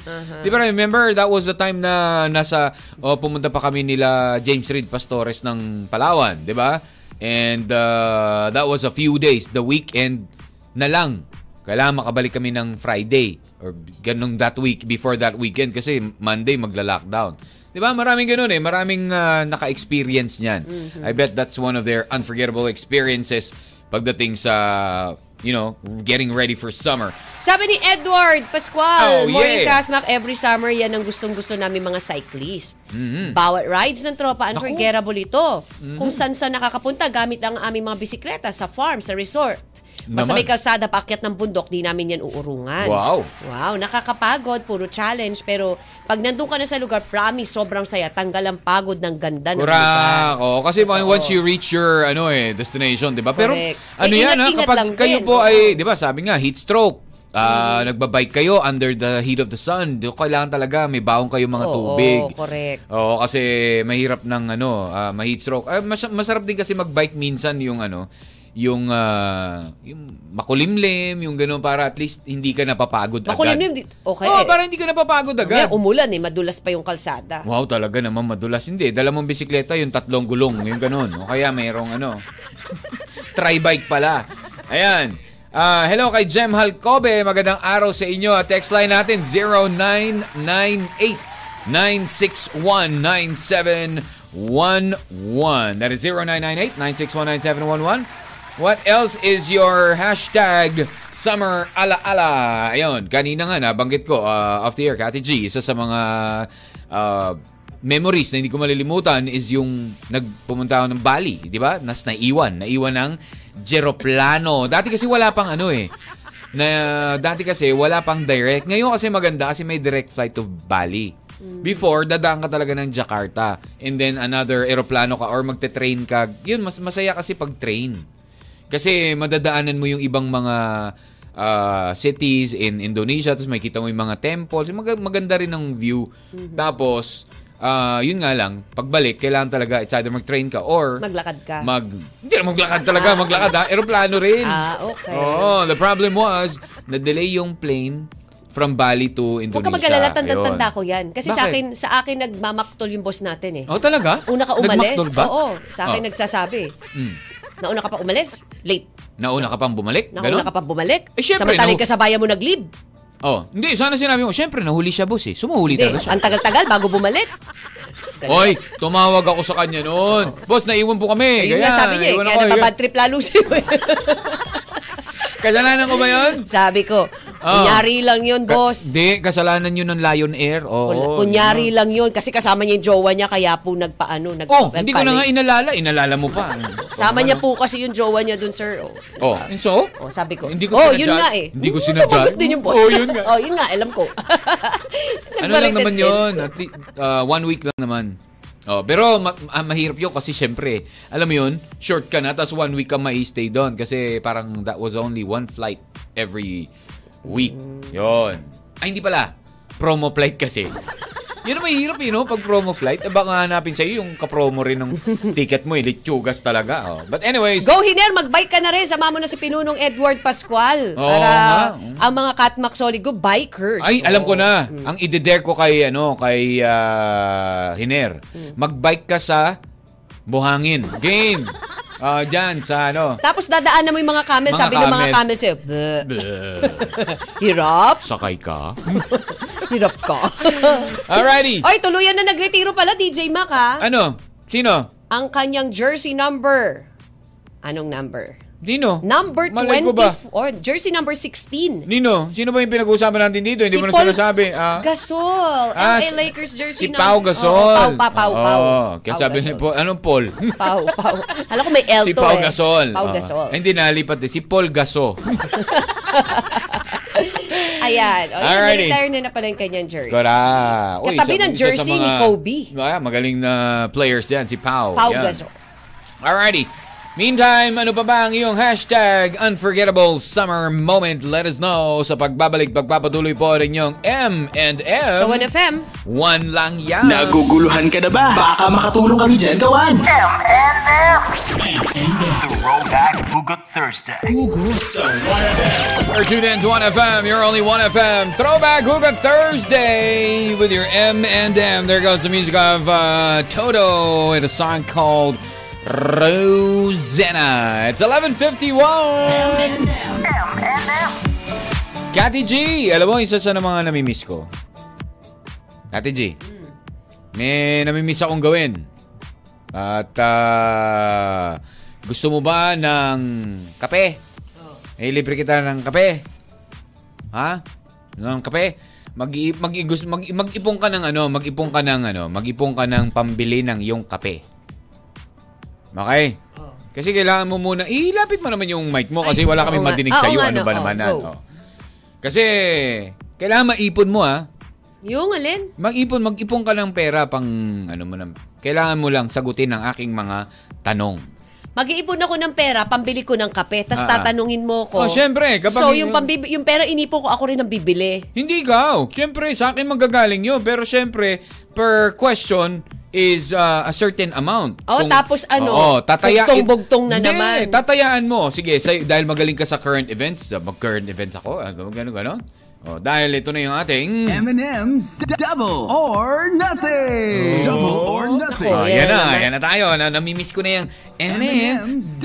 Di ba remember that was the time na nasa oh, pumunta pa kami nila James Reid Pastores ng Palawan, di ba? And uh, that was a few days, the weekend na lang kailangan makabalik kami ng Friday or ganung that week before that weekend kasi Monday magla-lockdown. 'Di ba? Maraming ganun eh, maraming ah, naka-experience niyan. I bet that's one of their unforgettable experiences pagdating sa you know, getting ready for summer. Sabi ni Edward Pascual, Oh, Morning yeah. Kathmak, every summer yan ang gustong-gusto namin mga cyclist. Mm-hmm. Bawat rides ng tropa, unforgettable ito. Kung saan saan nakakapunta, gamit ang aming mga bisikleta sa farm, sa resort. Basta Naman. may kalsada paakyat ng bundok, di namin yan uurungan. Wow. Wow, nakakapagod, puro challenge. Pero pag nandun ka na sa lugar, promise, sobrang saya. Tanggal ang pagod ng ganda ng lugar. Correct. Oo, kasi mga- once you reach your ano eh destination, 'di ba? Pero Correct. ano Eh, yan ha, ingat-ingat kapag lang kayo din. Mm. po Oo. ay, 'di ba? Sabi nga heat stroke. Ah, nagbabike kayo under the heat of the sun. Di kailangan talaga may baon kayo mga Oo, tubig. correct. Oo, kasi mahirap ng ano, ah, ma-heat stroke. Ah, mas- masarap din kasi mag-bike minsan yung ano, yung, ah, yung makulimlim, yung gano'n para at least hindi ka napapagod Makulimlim, agad. di- okay. Oo, para hindi ka napapagod agad. Ngayon, umulan eh, madulas pa yung kalsada. Wow, talaga naman madulas. Hindi, dala mong bisikleta, yung tatlong gulong, yung ganun. O kaya mayroong ano, tri-bike pala. Ayan. Ah, hello kay Jem Halcobe. Magandang araw sa inyo. At Text line natin 0998 9619711. That is 0998 9619711. What else is your hashtag summer alaala? Ayun, kanina nga nabanggit ko uh, off the air, Kati G, isa sa mga uh, memories na hindi ko malilimutan is yung nagpumunta ako ng Bali, di ba? Nas naiwan, naiwan ng jeroplano. Dati kasi wala pang ano eh. Na dati kasi wala pang direct. Ngayon kasi maganda kasi may direct flight to Bali. Before, dadaan ka talaga ng Jakarta and then another aeroplano ka or magte-train ka. Yun, mas masaya kasi pag-train. Kasi madadaanan mo yung ibang mga ah, cities in Indonesia, tapos makikita mo yung mga temples, Yung mag- maganda rin ang view. Tapos, ah, yun nga lang, pagbalik, kailangan talaga, it's either mag-train ka or Maglakad ka. mag, hindi na maglakad talaga, maglakad ha, aeroplano rin. Ah, okay. Oo, the problem was, na-delay yung plane from Bali to Indonesia. Huwag ka mag-alala, Ayun. tanda-tanda ko yan. Kasi Bakit? sa akin, sa akin nagmamaktol yung boss natin eh. Oh, talaga? Una ka umalis. Nagmaktol ba? Oo, sa Oh. Hmm. akin nagsasabi. Nauna ka pa umalis, late. Nauna ka pang bumalik? Nauna Ganon? ka pa bumalik. Eh, syempre, Samantalang nahu- kasabaya mo nag-leave. Oh, hindi, sana sinabi mo, syempre, nahuli siya boss eh. Sumuhuli Hindi, talaga siya. ang tagal-tagal bago bumalik. Ganun. Oh. Oy, tumawag ako sa kanya noon. Boss, naiwan po kami. Ayun nga sabi niya eh, naiwan kaya ako, napabad trip lalo siya. ayun. Kasalanan ko ba yun? sabi ko, Oh. kunyari lang yun, boss. Hindi, kasalanan yun ng Lion Air. Oo, oh, Kun- yun. kunyari lang yun. Kasi kasama niya yung jowa niya, kaya po nagpaano, nag Oh, hindi ko na nga Ano? nagpanik. inalala. Inalala mo pa. Kasama niya po kasi yung jowa niya dun, sir. Oh. Oh, and so? Oh, sabi ko. Hindi ko oh, sinadya. yun nga eh. Hindi ko Hmm, sinadya. sapagat din yung boss. Oh, yun nga. oh, yun nga, alam ko. ano lang Nagmarites naman din. yun? At least, uh, one week lang naman. Oh, pero ma- ah, mahirap yun kasi syempre, alam mo yun, short ka na, tapos one week ka ma-stay doon kasi parang that was only one flight every week. Yun. Ay, hindi pala. Promo flight kasi. Yun ang mahirap yun, no? Pag promo flight, eh, baka hanapin sa'yo yung kapromo rin ng ticket mo, eh. Lechugas talaga. Oh. But anyways, Go Hiner, mag-bike ka na rin. Sama mo na si Pinunong Edward Pascual. Oo para nga. ang mga Katmak Solid Go bikers. Ay, alam ko na. Mm. Ang idedare ko kay ano, kay Mm. ah, Hiner. Magbike ka sa Buhangin. Game. Ah, dyan, sa ano. Tapos dadaanan mo yung mga camel, Mga sabi ng mga camel. camel sa'yo, "Bleh." hirap, Sakay ka. hirap ka. Alrighty. Oy, tuluyan na nagretiro pala, DJ Mac, ha? Ano? Sino? Ang kanyang jersey number. Anong number? Nino? Number Malay 24. ko ba? jersey number 16. Nino, sino ba yung pinag-uusapan natin dito? Hindi mo na sinasabi. Ah, Gasol. Ah, LA si- Lakers jersey si Pau number- Gasol. Oo, Pau, Pau, Pau, Oo, Pau. kaya Pau sabi ni Gasol. Paul, anong Paul? Pau, Pau. Alam ko may L si to Pau eh. Gasol. Pau Oo. Gasol. Ay, Hindi nalipat eh. Si Paul Gasol. Ayan. O, yun, Alrighty. na-retire na na pala yung kanyang jersey. Kora. Uy, Katabi isa- ng isa sa jersey ni mga- Kobe. Ah, magaling na players yan, si Pau. Pau Yan. Gasol. Alrighty. Meantime, ano pa ba ang iyong hashtag unforgettable summer moment? Let us know sa pagbabalik, pagpapatuloy po ang inyong M&M. Sa 1FM. One lang yan. Naguguluhan ka na ba? Baka makatulong kami dyan, gawan! Throwback Hugot Thursday. Hugot sa You're tuned in to 1FM, you're only 1FM. Throwback Hugot Thursday with your M&M. There goes the music of uh, Toto in a song called Rosanna. It's 11.51. Kati G, alam mo, isa sa mga namimiss ko. Kati G, may namimiss akong gawin. At ah, gusto mo ba ng kape? Eh, libre kita ng kape. Ha? Ng kape? Mag, mag, mag, mag-ipon ka ng ano, mag-ipon ka ng ano, mag-ipon ka ng pambili ng yung kape. Okay? Kasi kailangan mo muna, ilapit mo naman yung mic mo kasi Ay, wala oo kami nga. madinig Oo sa iyo. nga, Ano no. ba Oo, naman go. na? Oh. Kasi, kailangan maipon mo ha. Yung alin? Mag-ipon, mag-ipon ka ng pera pang ano mo na. Kailangan mo lang sagutin ang aking mga tanong. Mag-iipon ako ng pera, pambili ko ng kape, tapos Ah, ah. tatanungin mo Oh, ko. syempre, kapag- so, yung, pambib- yung pera inipo ko, ako rin ang bibili. Hindi ikaw. Siyempre, sa akin manggagaling yun. Pero siyempre, per question is uh, a certain amount. Oh, tapos ano, Oo, tataya, bugtong-bugtong na Hindi, naman. tatayaan mo. Sige, say, dahil magaling ka sa current events, uh, mag-current events ako, ah, gano'n, gano'n. Oh, dahil ito na yung ating... M&M's double or nothing. Double or nothing. Oh, Nako. yan na, Ayan naman. yan na tayo. Na, namimiss ko na yung M&M's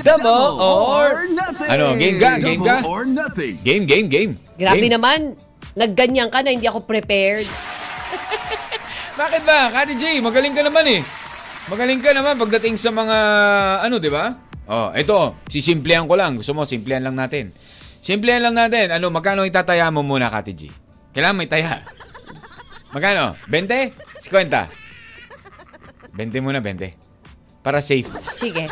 M&M's double or... nothing. Ano, game ka, game ka? Double or nothing. Game, game, game. Grabe game. naman. Nagganyan ka na hindi ako prepared. Bakit ba? Kati J, magaling ka naman eh. Magaling ka naman pagdating sa mga ano, 'di ba? Oh, ito, sisimplehan ko lang. Gusto mo simplehan lang natin. Simplehan lang natin. Ano, magkano itataya mo muna, Kati J? Kailangan may taya. Magkano? 20? 50? 20 muna, 20. Para safe. Sige.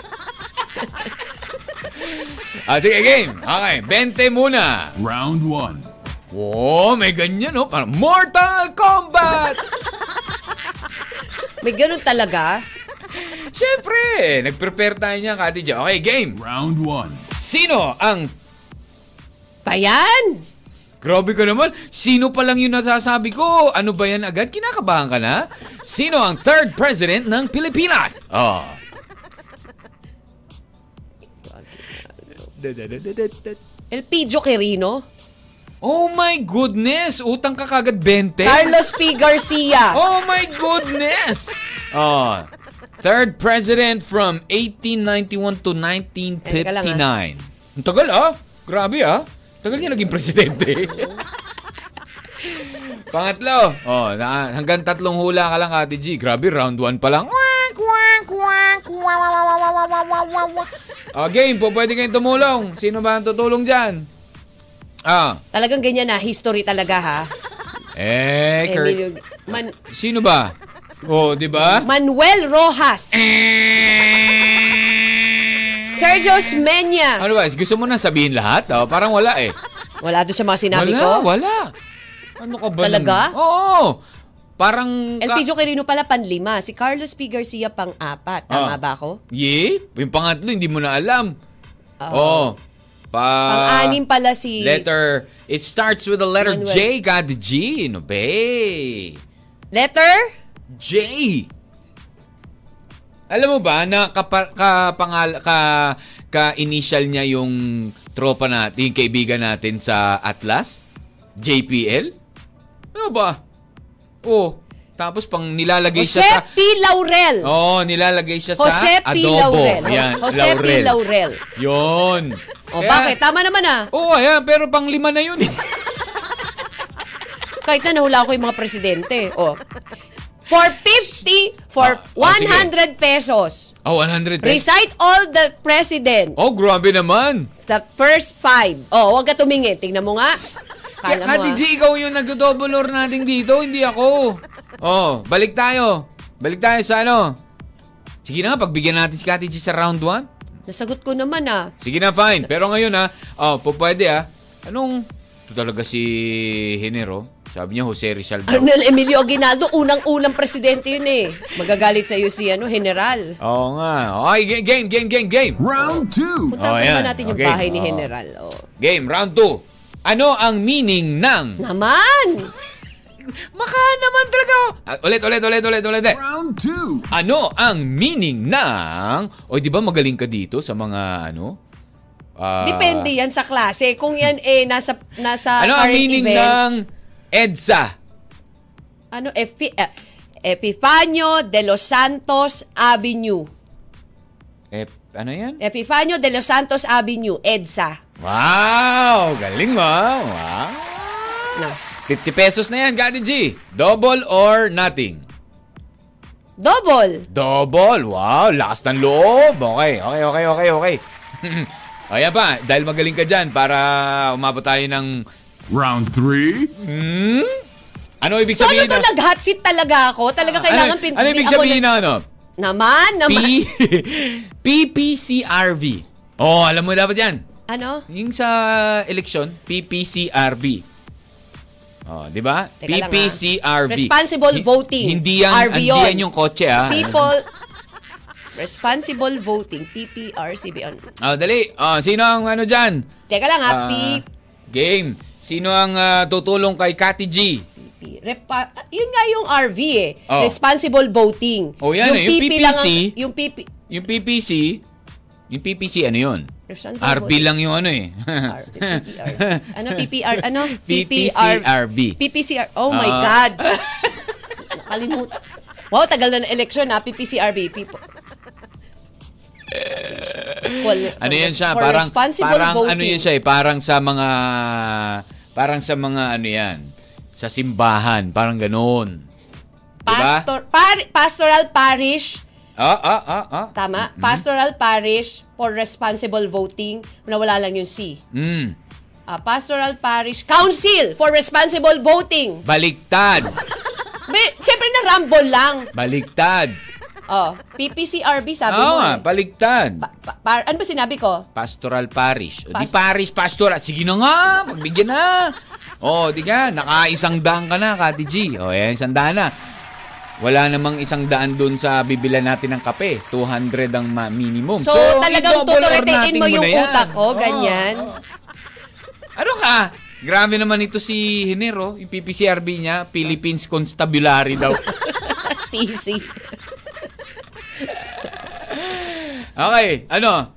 Ah, sige, game. Okay, 20 muna. Round one. Wow, may ganyan, no? Parang Mortal Kombat! May ganun talaga. Siyempre, nag-prepare tayo niya, Kati J. Okay, game. Round one. Sino ang Bayan! Grabe ka naman. Sino pa lang yung nasasabi ko? Ano ba yan agad? Kinakabahan ka na? Sino ang third president ng Pilipinas? Oh. Elpidio Quirino. Oh my goodness! Utang ka kagad 20? Carlos P. Eh. Garcia. Oh my goodness! Oh. Third president from 1891 to Teka lang, 1959. Ang tagal ah. Grabe ah. Tagal niya naging presidente. Pangatlo. Oh, na, hanggang tatlong hula ka lang, Ate G. Grabe, round one pa lang. Quack, quack, quack, quack, wah, wah, wah, wah, wah, wah, wah, wah. Oh, game, po pwede kayong tumulong. Sino ba ang tutulong dyan? Ah, Talagang ganyan na. History talaga ha. eh, Kurt. Emilio- Man- Sino ba? Oh, di ba? Manuel Rojas. Eh. Sergio Smeña. Ano ba? Gusto mo na sabihin lahat? Oh, parang wala eh. Wala doon sa mga sinabi wala, ko. wala. Ano ka ba? Talaga? nun? Oo. Parang... ka- Elpidio Quirino pala panlima. Si Carlos P. Garcia pang-apat. Tama Ah. ba ako? Ye? Yung pangatlo, hindi mo na alam. Oo. Oo. Pa... Pang-anim pala si... Ah. Letter... It starts with the letter Manuel. J, God, G. No, be. Letter? J. Alam mo ba na kapa, ka, pangal, ka, ka-initial niya yung tropa natin, yung kaibigan natin sa Atlas? JPL? Ano ba? Oh, Tapos pang nilalagay Jose siya sa... P. Laurel. Oo, oh, nilalagay siya sa Jose P. adobo. Laurel. Yan, Jose P. Laurel. Yun. O, bakit? Tama naman ah. Oo, oh, ayan, pero pang lima na yun. eh. Kahit na nahulaan ko yung mga presidente. O. For 50, for Oh, oh, sige. 100 pesos. Oh, 100 pesos. Recite all the president. Oh, grabe naman. The first five. Oh, huwag ka tumingin. Tingnan mo nga. Kaya Kala mo Kati ah. G, ikaw yung nag-double or natin dito, hindi ako. Oh, balik tayo. Balik tayo sa ano. Sige na nga, pagbigyan natin si Kati G sa round 1. ah, Nasagot ko naman ah. Sige na, fine. Pero ngayon ha, oh, po pwede ha. Anong, ito talaga si Henero. Sabi niya, Jose Rizal daw. Arnel Emilio Aguinaldo, unang-unang presidente yun eh. Magagalit sa iyo si ano, General. Oo nga. Okay, ga- game, game, game, game. Round two. Punta Oh, naman yan. natin yung Okay. bahay ni Oh. General. Oh. Game, round 2. Ano ang meaning ng... Naman! Maka naman talaga. oh. Ah, ulit, ulit, ulit, ulit, ulit. eh. Round two. Ano ang meaning ng... O, di ba magaling ka dito sa mga ano? Ah, Depende yan sa klase. Kung yan eh, nasa, nasa Ano ang current meaning events. ng EDSA? Ano, Epi, eh, Epifanio de los Santos Avenue. Eh, ano yan? Epifanio de los Santos Avenue, EDSA. Wow! Galing mo! Wow! Na. 50 pesos na yan, Gadi G. Double or nothing? Double! Double! Wow! Lakas ng loob! Okay, okay, okay, okay, okay. Ayan pa, dahil magaling ka dyan para umabot tayo ng... Round three. Ano ibig So ano sabihin to, ng- nag-hot seat talaga ako? Talaga kailangan... ano, ano ibig sabihin ng ano? Na, naman, P... naman. PPCRV. Oh, alam mo dapat yan. Ano? Yung sa eleksyon, PPCRB. Oh, di ba? Teka lang, PPCRB. ah. Responsible Hi- voting. Hindi yan, RV hindi yun. yan yung kotse ah. People Responsible Voting, PPRCB. on. Oh, dali. Oh, sino ang ano diyan? Ano? Teka lang ha, Ah. P, game. Sino ang ah, tutulong kay Kati G? P, repa, yun nga yung RV eh. Oh. Responsible Voting. Oh, yan eh, yung PP lang ang- PPC. yung PP, Yung PPC, yung PPC ano 'yun? Responsible RB voting. lang yung ano eh. R- PPR. Ano, PPR? Ano? PPCRB. PPCR. Oh my Ah. God. Nakalimutan. Wow, tagal na ng ah. election ha. PPCRB. People. Well, ano yan siya? for Parang, responsible parang voting. ano yan siya eh, parang sa mga, parang sa mga ano yan, sa simbahan, parang ganoon. Diba? Pastor, par- pastoral parish. Ah, ah, ah, ah. Tama? Pastoral parish for responsible voting. Nawala lang yung C. Mm, Ah, pastoral parish council for responsible voting. baliktad. Be, siyempre na rumble lang. Baliktad. Oh, PPCRB sabi Oo mo. nga, eh. baliktad. Pa- pa- par- ano ba sinabi ko? Pastoral parish. O, di Pas- parish, pastoral. Sige na nga, pagbigyan na. O, di ka, nakaisang daan ka na, Kati G. O, yan, isang daan na. Wala namang isang daan doon sa bibila natin ng kape. 200 ang ma- minimum. So, i-double talagang or tuturetein nothing mo yung na yan. Oh. utak ko, Oo. ganyan. Ano ka? Grabe naman ito si Hinero, yung PPCRB niya, Philippines Constabulary daw. PC. Okay, ano?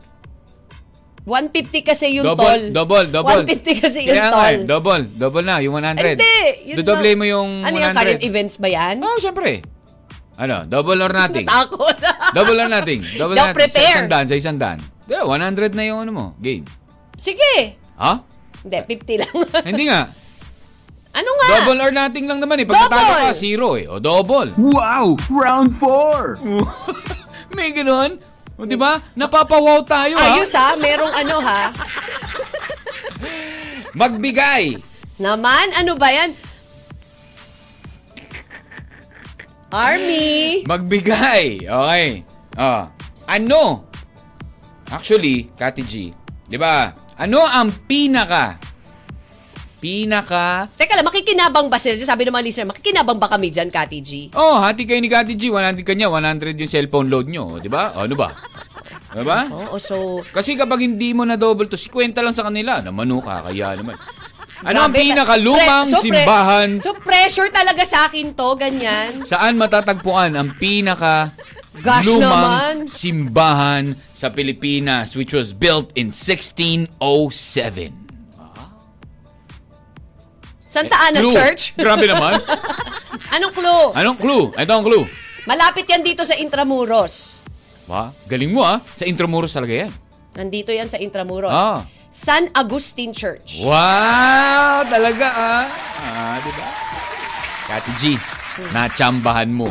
150 kasi yung tol. Double, double, double. 150 kasi yung Kaya nga tol. eh, double, double na, yung 100. Hindi. yun Dodoble ba- mo yung 100. Ano yung current events ba yan? Oo, oh, syempre. Ano, double or nothing. Ako na. double or nothing. Double or Don't nothing. Sa prepare. isang daan, sa isang daan. Yeah, 100 na yung ano mo, game. Sige. Ha? Hindi, 50 lang. Hindi nga. ano nga? Double or nothing lang naman eh. Pagkatalo ka, Double! zero eh. O double. Wow. Round four. May ganun. O di ba? Napapawaw tayo ha. Ayos ha, merong ano ha. Magbigay. Naman, ano ba yan? Army. Magbigay. Okay. Ah. Ano? Actually, Kati G, 'di ba? Ano ang pinaka pinaka Teka lang, makikinabang ba sila? Sabi ng mga listener, makikinabang ba kami dyan, Kati G? Oh, hati kayo ni Kati G, 100 kanya, 100 yung cellphone load nyo, 'di ba? Ano ba? 'Di ba? Oo, Oh, so... Kasi kapag hindi mo na double to, 50 lang sa kanila. Namano ka, kaya naman. Ano ang Grabe, pinakalumang pre- so pre- simbahan? so pressure talaga sa akin to, ganyan. Saan matatagpuan ang pinaka Gosh lumang naman. simbahan sa Pilipinas which was oh built in 1607? Santa Ana Clue. Church? Grabe naman. Anong clue? Anong clue? Ito ang clue. Malapit yan dito sa Intramuros. Ba, galing mo ah. Sa Intramuros talaga yan. Nandito yan sa Intramuros. Ah. San Agustin Church. Wow! Talaga ah. Ah, di ba? Kati G, nachambahan mo.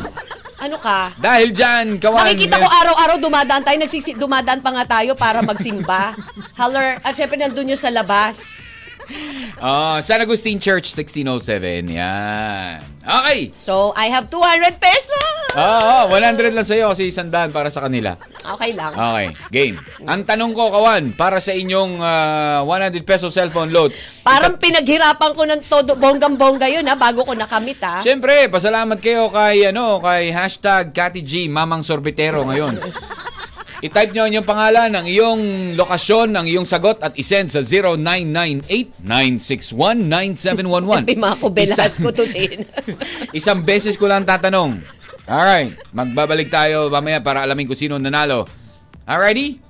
Ano ka? Dahil dyan, kawan. Nakikita ko meron- araw-araw dumadaan tayo, nagsisi, dumadaan pa nga tayo para magsimba. Haller, at syempre nandun yun sa labas. Ah, San Agustin Church, 1607. Yan. Okay. So, I have 200 pesos! Oo, 100 lang sa'yo kasi isang daan para sa kanila. Okay lang. Okay, game. Ang tanong ko, Kawan, para sa inyong ah, 100 peso cellphone load. Parang pinaghirapan ko ng todo, bonggang-bongga yun ha, bago ko nakamit ha. Siyempre, pasalamat kayo kay, ano, kay hashtag Kati G, Mamang Sorbetero ngayon. I-type nyo ang inyong pangalan, ang iyong lokasyon, ang iyong sagot at isend sa 0998-961-9711. Pima ko, belas ko to sin. Isang beses ko lang tatanong. Alright, magbabalik tayo mamaya para alamin kung sino nanalo. Alrighty?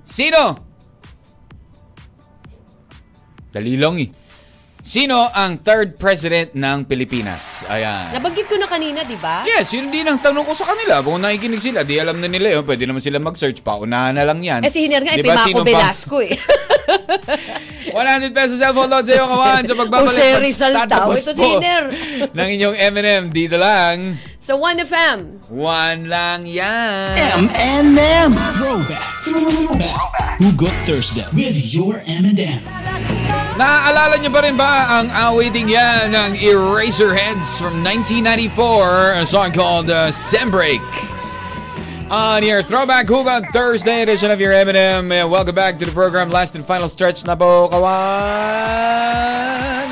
Sino? Dali lang eh. Sino ang third president ng Pilipinas? Ayan. Nabanggit ko na kanina, di ba? Yes, yun din ang tanong ko sa kanila. Kung nakikinig sila, di alam na nila yun. Pwede naman sila mag-search. Paunahan na lang yan. Eh si Hiner nga, Di ba, ipima sino ko pa- Velasco eh. 100 pesos cellphone load sa iyo, kawan. Sa pagbabalik. Jose Rizal daw. Tatapos Ito, po Jiner. ng inyong M&M. Dito lang. Sa 1FM, One lang yan. Eh, M and M. Throwback. Throwback. Who got Thursday with your M and M? Naaalala niyo pa rin ba ang awiting yan ng Eraserheads from 1994? A song called uh, Sunbreak. On your Throwback Hugot Thursday edition of your M&M. Uh, Welcome back to the program. Last and final stretch na po, kawan.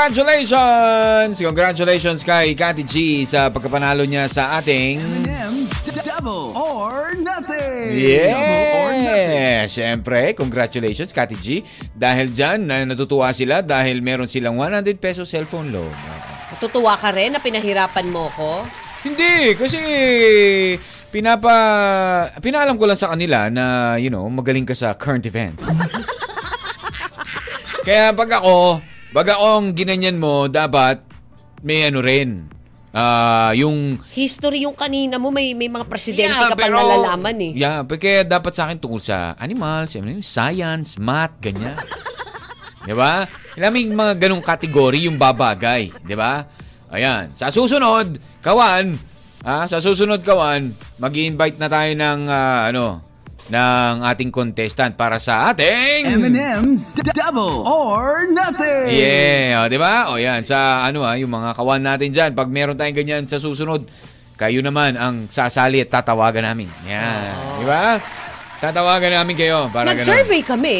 Congratulations! Congratulations kay Kati G sa pagkapanalo niya sa ating... M's double or nothing. Double or nothing. Yeah! Siyempre, congratulations, Kati G. Dahil dyan, na- natutuwa sila dahil meron silang 100 peso cellphone loan. tutuwa ka rin na pinahirapan mo ko. Hindi, kasi pinapa pinaalam ko lang sa kanila na you know magaling ka sa current events. Kaya pag ako, pag akong ginanyan mo, dapat may ano rin. Ah, yung History yung kanina mo, may, may mga presidente Yeah, ka pang pero- nalalaman eh. Yeah, pero kaya dapat sa akin tungkol sa animals, ano yun, science, math, ganyan. di ba? Maraming mga ganong kategory yung babagay, di ba? Ayan, sa susunod, kawan, ah, sa susunod kawan, mag invite na tayo ng ah, ano, ng ating contestant para sa ating M&M's double or nothing. Yeah, o, di ba? O yan, sa ano ah, yung mga kawan natin dyan, pag meron tayong ganyan sa susunod, kayo naman ang sasali at tatawagan namin. Yan, di ba? Tatawagan namin kayo. Para ganun. Nag-survey kami.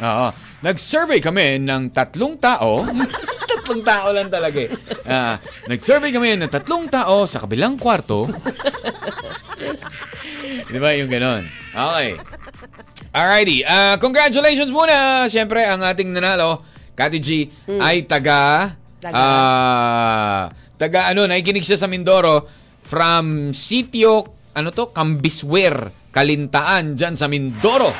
Oo. Nag-survey kami ng tatlong tao. tatlong tao lang talaga eh. Ah, nag-survey kami ng tatlong tao sa kabilang kwarto. Di ba yung ganon? Okay. Alrighty. Ah, congratulations muna. Siyempre, ang ating nanalo, Kati G, ay taga... Taga. ah, taga ano, nakikinig siya sa Mindoro from sitio, ano to, Cambiswer, Kalintaan, dyan sa Mindoro.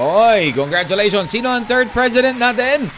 Oy, congratulations. Sino ang third president natin?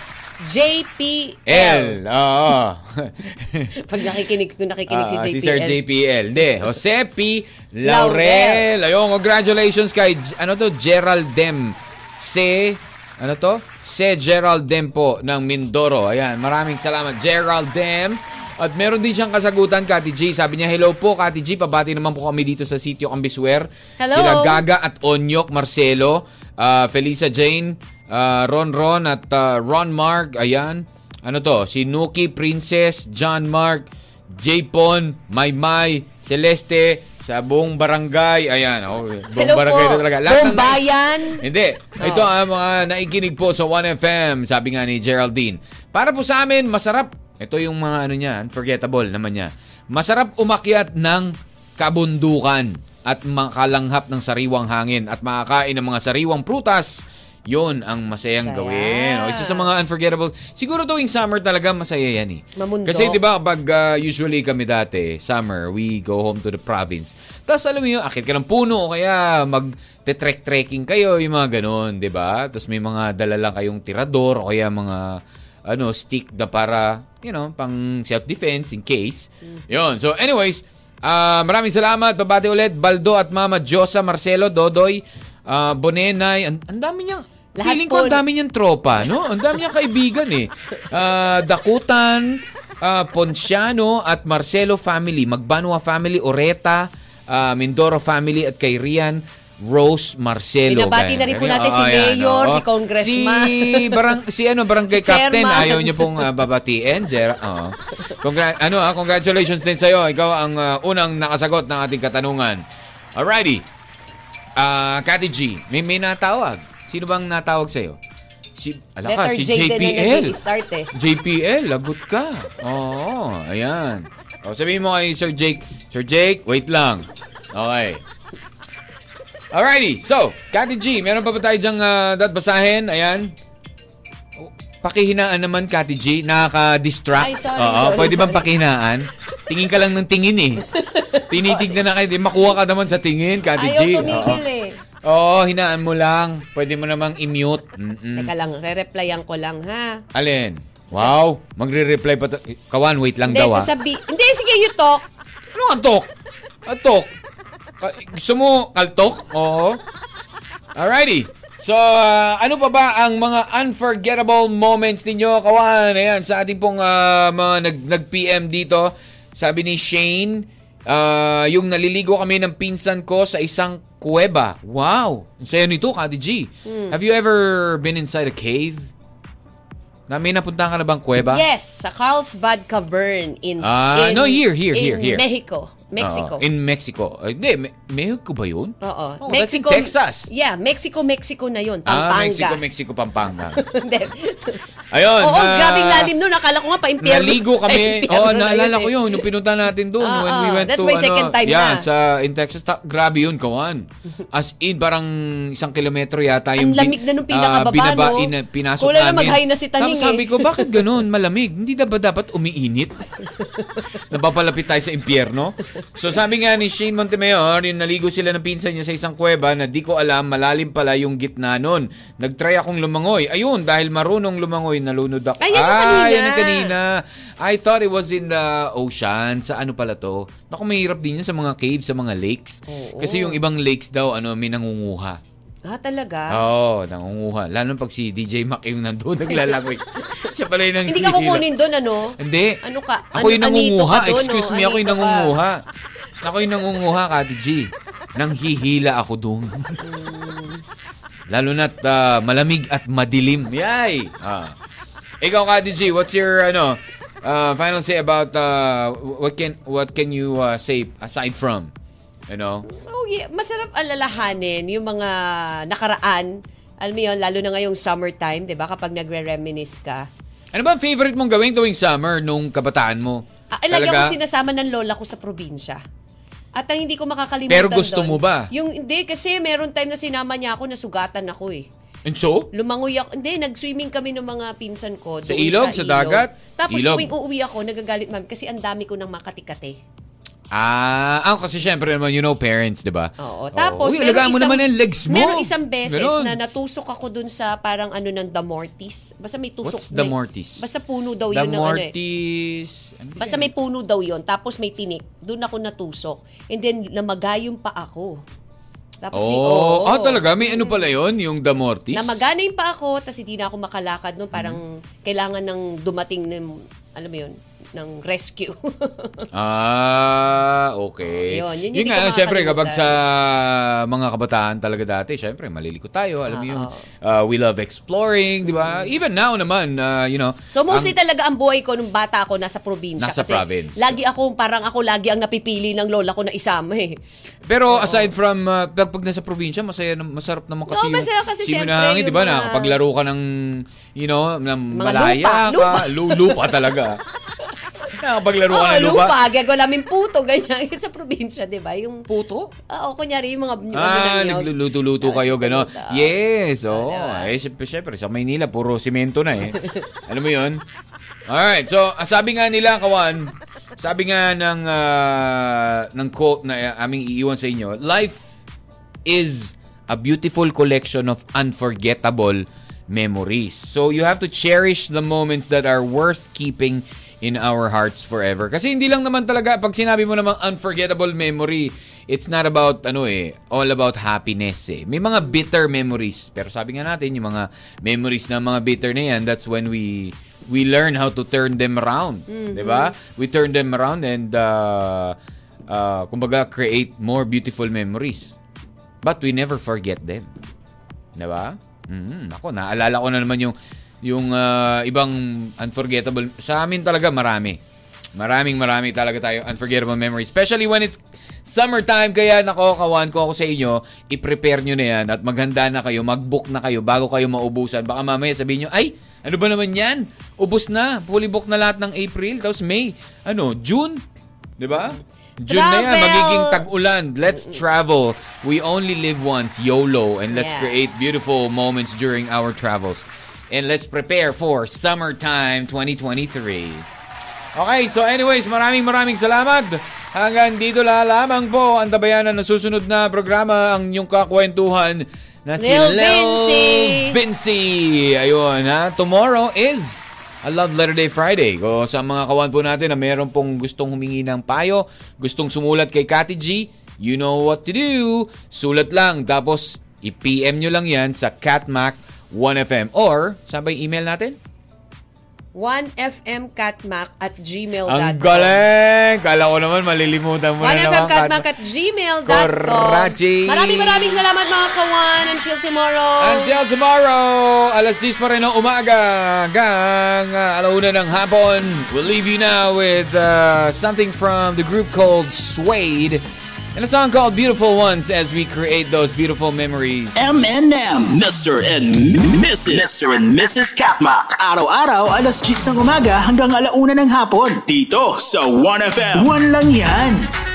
L. JPL. Oo. Pag nakikinig ko, nakikinig si Ah, JPL. si Sir JPL. Hindi, Jose P. Laurel. Ayun, congratulations kay, G- ano to, Gerald Dem. Se, ano to? Se Gerald Dem po ng Mindoro. Ayan, maraming salamat, Gerald Dem. At meron din siyang kasagutan, Kati G. Sabi niya, hello po, Kati G. Pabati naman po kami dito sa sitio Cambiswer. Hello. Sila Gaga at Onyok Marcelo, ah, Felisa Jane, ah, Ron Ron at ah, Ron Mark, ayan. Ano to? Si Nuki Princess, John Mark, Japon, Maymay, Celeste, sa buong barangay. Ayan, oh, buong Hello barangay po. na talaga. Lahat ng- Buong bayan. hindi. Ito ang mga naikinig po sa 1FM, sabi nga ni Geraldine. Para po sa amin, masarap. Ito yung mga ano niya, unforgettable naman niya. Masarap umakyat ng kabundukan at makalanghap ng sariwang hangin at makakain ng mga sariwang prutas. Yun ang masayang Masaya. gawin. O, isa sa mga unforgettable. Siguro tuwing summer talaga masaya yan eh. Mamundok. Kasi 'di ba pag ah, usually kami dati, summer, we go home to the province. Tapos alam mo yun, akit ka ng puno o kaya mag trek-trekking kayo, yung mga ganun, 'di ba? Tapos may mga dala lang kayong tirador o kaya mga ano, stick na para, you know, pang self-defense in case. Mm. Yun. So anyways, Ah, maraming salamat. Babati ulit. Baldo at Mama Josa, Marcelo, Dodoy, ah, Bonenay. Ang ang dami niyang... Lahat feeling po. ko ang dami niyang tropa, no? Ang dami niyang kaibigan eh. Ah, Dakutan, ah, Ponciano at Marcelo family. Magbanwa family, Oreta, ah, Mindoro family at kay Rian. Rose Marcelo. Binabati Ganyan. na rin po Ganyan. natin si Oo, ayan, Mayor, oo. si Congressman. Si, barang, si ano, Barangay Si Captain. Chairman. Ayaw niyo pong ah, babatiin. Jer- oo. Congra- ano, ah, congratulations din sa'yo. Ikaw ang ah, unang nakasagot ng ating katanungan. Alrighty. Ah, Kati G, may, may natawag. Sino bang natawag sa'yo? Si, ala ka, Letter si J din na JPL. nag-start eh. JPL, lagot ka. Oo, ayan. O, sabihin mo kay Sir Jake, Sir Jake, wait lang. Okay. Alrighty, so, Kati G, meron pa ba tayo dyang ah, dapat basahin? Ayan. O, Pakihinaan naman, Kati G. Nakaka-distract. Ay, sorry, Oo, sorry, pwede bang sorry. pakihinaan? Tingin ka lang ng tingin eh. Tinitignan na kayo. Di, Makuha ka naman sa tingin, Kati Ayaw G. Oo. tumigil eh. Oo, hinaan mo lang. Pwede mo namang i-mute. Mm-mm. Teka lang, re-replyan ko lang ha. Alin? Wow, magre-reply pa. ta- Kawan, wait lang Hindi, daw ah. sasabi... Hindi, sige, you talk. Ano antok? Antok? Ka- Ah, Gusto mo kaltok? Oo. Alrighty. So, ah, ano pa ba ang mga unforgettable moments ninyo, kawan? Ayan, sa ating pong ah, mga nag, nag-PM dito, sabi ni Shane, ah, yung naliligo kami ng pinsan ko sa isang kuweba. Wow! Ang saya nito, Kati G. Have you ever been inside a cave? Na may napuntahan ka na bang kuweba? Yes, sa Carlsbad Cavern in, Ah, in no, here, here, here, in here. Mexico, Mexico. Oo, in Mexico. Ay, Hindi, Me- Mexico ba yun? Oo. Oh, that's in Texas. Yeah, Mexico, Mexico na yun. Ah, Pampanga. Mexico, Mexico, Pampanga. Hindi. Ayun. Oo, ah, grabing lalim nun. Akala ko nga pa impyerno. Naligo kami. Pa-impyerno Oo, oh, na naalala eh. ko yun. Nung pinunta natin doon. Ah, when we ah, went that's to, my ano, second time yeah, na. sa, in Texas. Ta- grabe yun, kawan. As in, parang isang kilometro yata. Yung Ang bin- lamig na nung ah, pinakababa, binaba, no? ina- pinasok Kulang na namin. mag-high na si Taning, Tapos sabi eh. ko, bakit ganun? Malamig. Hindi na ba dapat umiinit? Napapalapit tayo sa impyerno. So sabi nga ni Shane Montemayor, yung naligo sila ng pinsan niya sa isang kuweba na di ko alam, malalim pala yung gitna nun. Nagtry akong lumangoy. Ayun, dahil marunong lumangoy, nalunod ako. Ay, yan ang kanina. yan ang kanina. I thought it was in the ocean. Sa ano pala to? Naku, mahirap din yan sa mga caves, sa mga lakes. Kasi yung ibang lakes daw, ano, may nangunguha. Ah, talaga? Oo, oh, nangunguha. Lalo pag si DJ Mac yung nandun, naglalangoy. Siya pala yung Hindi ka nanghihila. kukunin doon, ano? Hindi. Ano ka? Ako yung Ano- anito nangunguha. ka doon, Excuse no? me, ako yung Anito ka. nangunguha. Ako yung nangunguha, Kati G. Nang hihila ako doon. Lalo na't ah, malamig at madilim. Yay! Ah. Ikaw, Kati G, what's your, ano, uh, final say about, uh, what can, what can you uh, say aside from, you know? Oh, yeah. Masarap alalahanin yung mga nakaraan. Alam mo yun, lalo na ngayong summertime, di ba? Kapag nagre-reminisce ka. Ano ba ang favorite mong gawin tuwing summer nung kabataan mo? Ah, ay, lagi Talaga? ako sinasama ng lola ko sa probinsya. At ang hindi ko makakalimutan Pero gusto doon, mo ba? Yung hindi, kasi meron time na sinama niya ako, nasugatan ako eh. And so? Lumangoy ako. Hindi, nag-swimming kami ng mga pinsan ko. Sa doon ilog? Sa dagat? Tapos Ilog. tuwing uuwi ako, nagagalit mami kasi ang dami ko ng makatikate. Ah, ah, kasi syempre naman, you know parents, di ba? Oo. Tapos, Uy, alagaan mo isang- naman ang legs mo. Meron isang beses Ganon. na natusok ako dun sa parang ano ng Damortis. Basta may tusok. What's na- Damortis? Basta puno daw yun ng ano eh. Damortis. Ano ba yan? Basta may puno daw yon tapos may tinik. Doon ako natusok. And then, namagayong pa ako. Tapos Oh, di, oo. ah, talaga? May ano pala yon yung Damortis? Namagana yung pa ako, tapos hindi na ako makalakad noon. Parang kailangan ng dumating ng, alam mo yun, ng rescue. Ah, okay. Oh, yun, yun yung yun di nga, ko syempre, kapag makakalimutan. sa mga kabataan talaga dati, syempre, maliliko tayo. Alam mo Ah, Oo. Mm-hmm. yung uh, we love exploring, di ba? Even now naman, uh, you know. so mostly ang- talaga ang buhay ko nung bata ako nasa probinsya. Nasa kasi province. Lagi ako, parang ako lagi ang napipili ng lola ko na isama eh. Pero aside from, uh, pag pag nasa probinsya, masaya, nam- masarap naman kasi Oo, masaya kasi syempre Simunahangin, di ba? yung mga- Nakapaglaro ka ng, you know, ng malaya lupa, ka. Lu- Lupa, talaga. Nakapaglaro ka Oo, ng lupa. lupa. Gagawa namin puto, ganyan. sa probinsya, di ba? Yung, Puto? ah, oh, kunyari, yung mga yung ano na Ah, yun. nagluluto-luto Ah, kayo, sa gano'n. puto. Yes, oo. diba? Eh, syempre, syempre, sa Maynila, puro simento na eh. Alam mo yun? Alright, so, ah, sabi nga nila, kawan, sabi nga ng, ah, ng quote na ah, aming iiwan sa inyo, life is a beautiful collection of unforgettable memories. So you have to cherish the moments that are worth keeping in our hearts forever. Kasi hindi lang naman talaga pag sinabi mo namang unforgettable memory, it's not about ano eh, all about happiness eh. May mga bitter memories, pero sabi nga natin yung mga memories na mga bitter na yan, that's when we we learn how to turn them around, 'di ba? We turn them around and uh, uh kumbaga create more beautiful memories. But we never forget them. Diba? Mm, ako, naalala ko na naman yung yung ah, ibang unforgettable. Sa amin talaga marami. Maraming marami talaga tayo unforgettable memories. Especially when it's summertime. Kaya nako, kawan ko ako sa inyo. I-prepare nyo na yan at maghanda na kayo. Mag-book na kayo bago kayo maubusan. Baka mamaya sabihin nyo, ay, ano ba naman yan? Ubus na. Fully book na lahat ng April. Tapos May. Ano, June? 'Di ba? June na yan. Travel! Magiging tag ulan. Let's travel. We only live once, YOLO, and let's Yeah. create beautiful moments during our travels. And let's prepare for summertime 2023. Okay, so anyways, maraming maraming salamat. Hanggang dito la lamang po ang tabayanan na susunod na programa ang inyong kakwentuhan na si Lil Lil Vinci. Vinci. Ayun ha, tomorrow is a Love Letter Day Friday. O sa mga kawan po natin na meron pong gustong humingi ng payo, gustong sumulat kay Kati G, you know what to do. Sulat lang, tapos i-PM nyo lang yan sa catmac1fm or sabay email natin? 1fmcatmac at gmail.com. Ang galing! Kala ko naman malilimutan mo na naman. Manafrapcatmac at gmail.com. Corrachi. Maraming maraming salamat mga kawan. Until tomorrow. Until tomorrow, alas 10 pa rin ng umaga hanggang uh, alauna ng hapon. We'll leave you now with uh, something from the group called Suede and a song called Beautiful Ones as we create those beautiful memories. M&M. Mr. and Mrs. Mr. and Mrs. Katmak. Araw-araw, alas 10 ng umaga hanggang alauna ng hapon. Dito sa 1FM. One lang yan.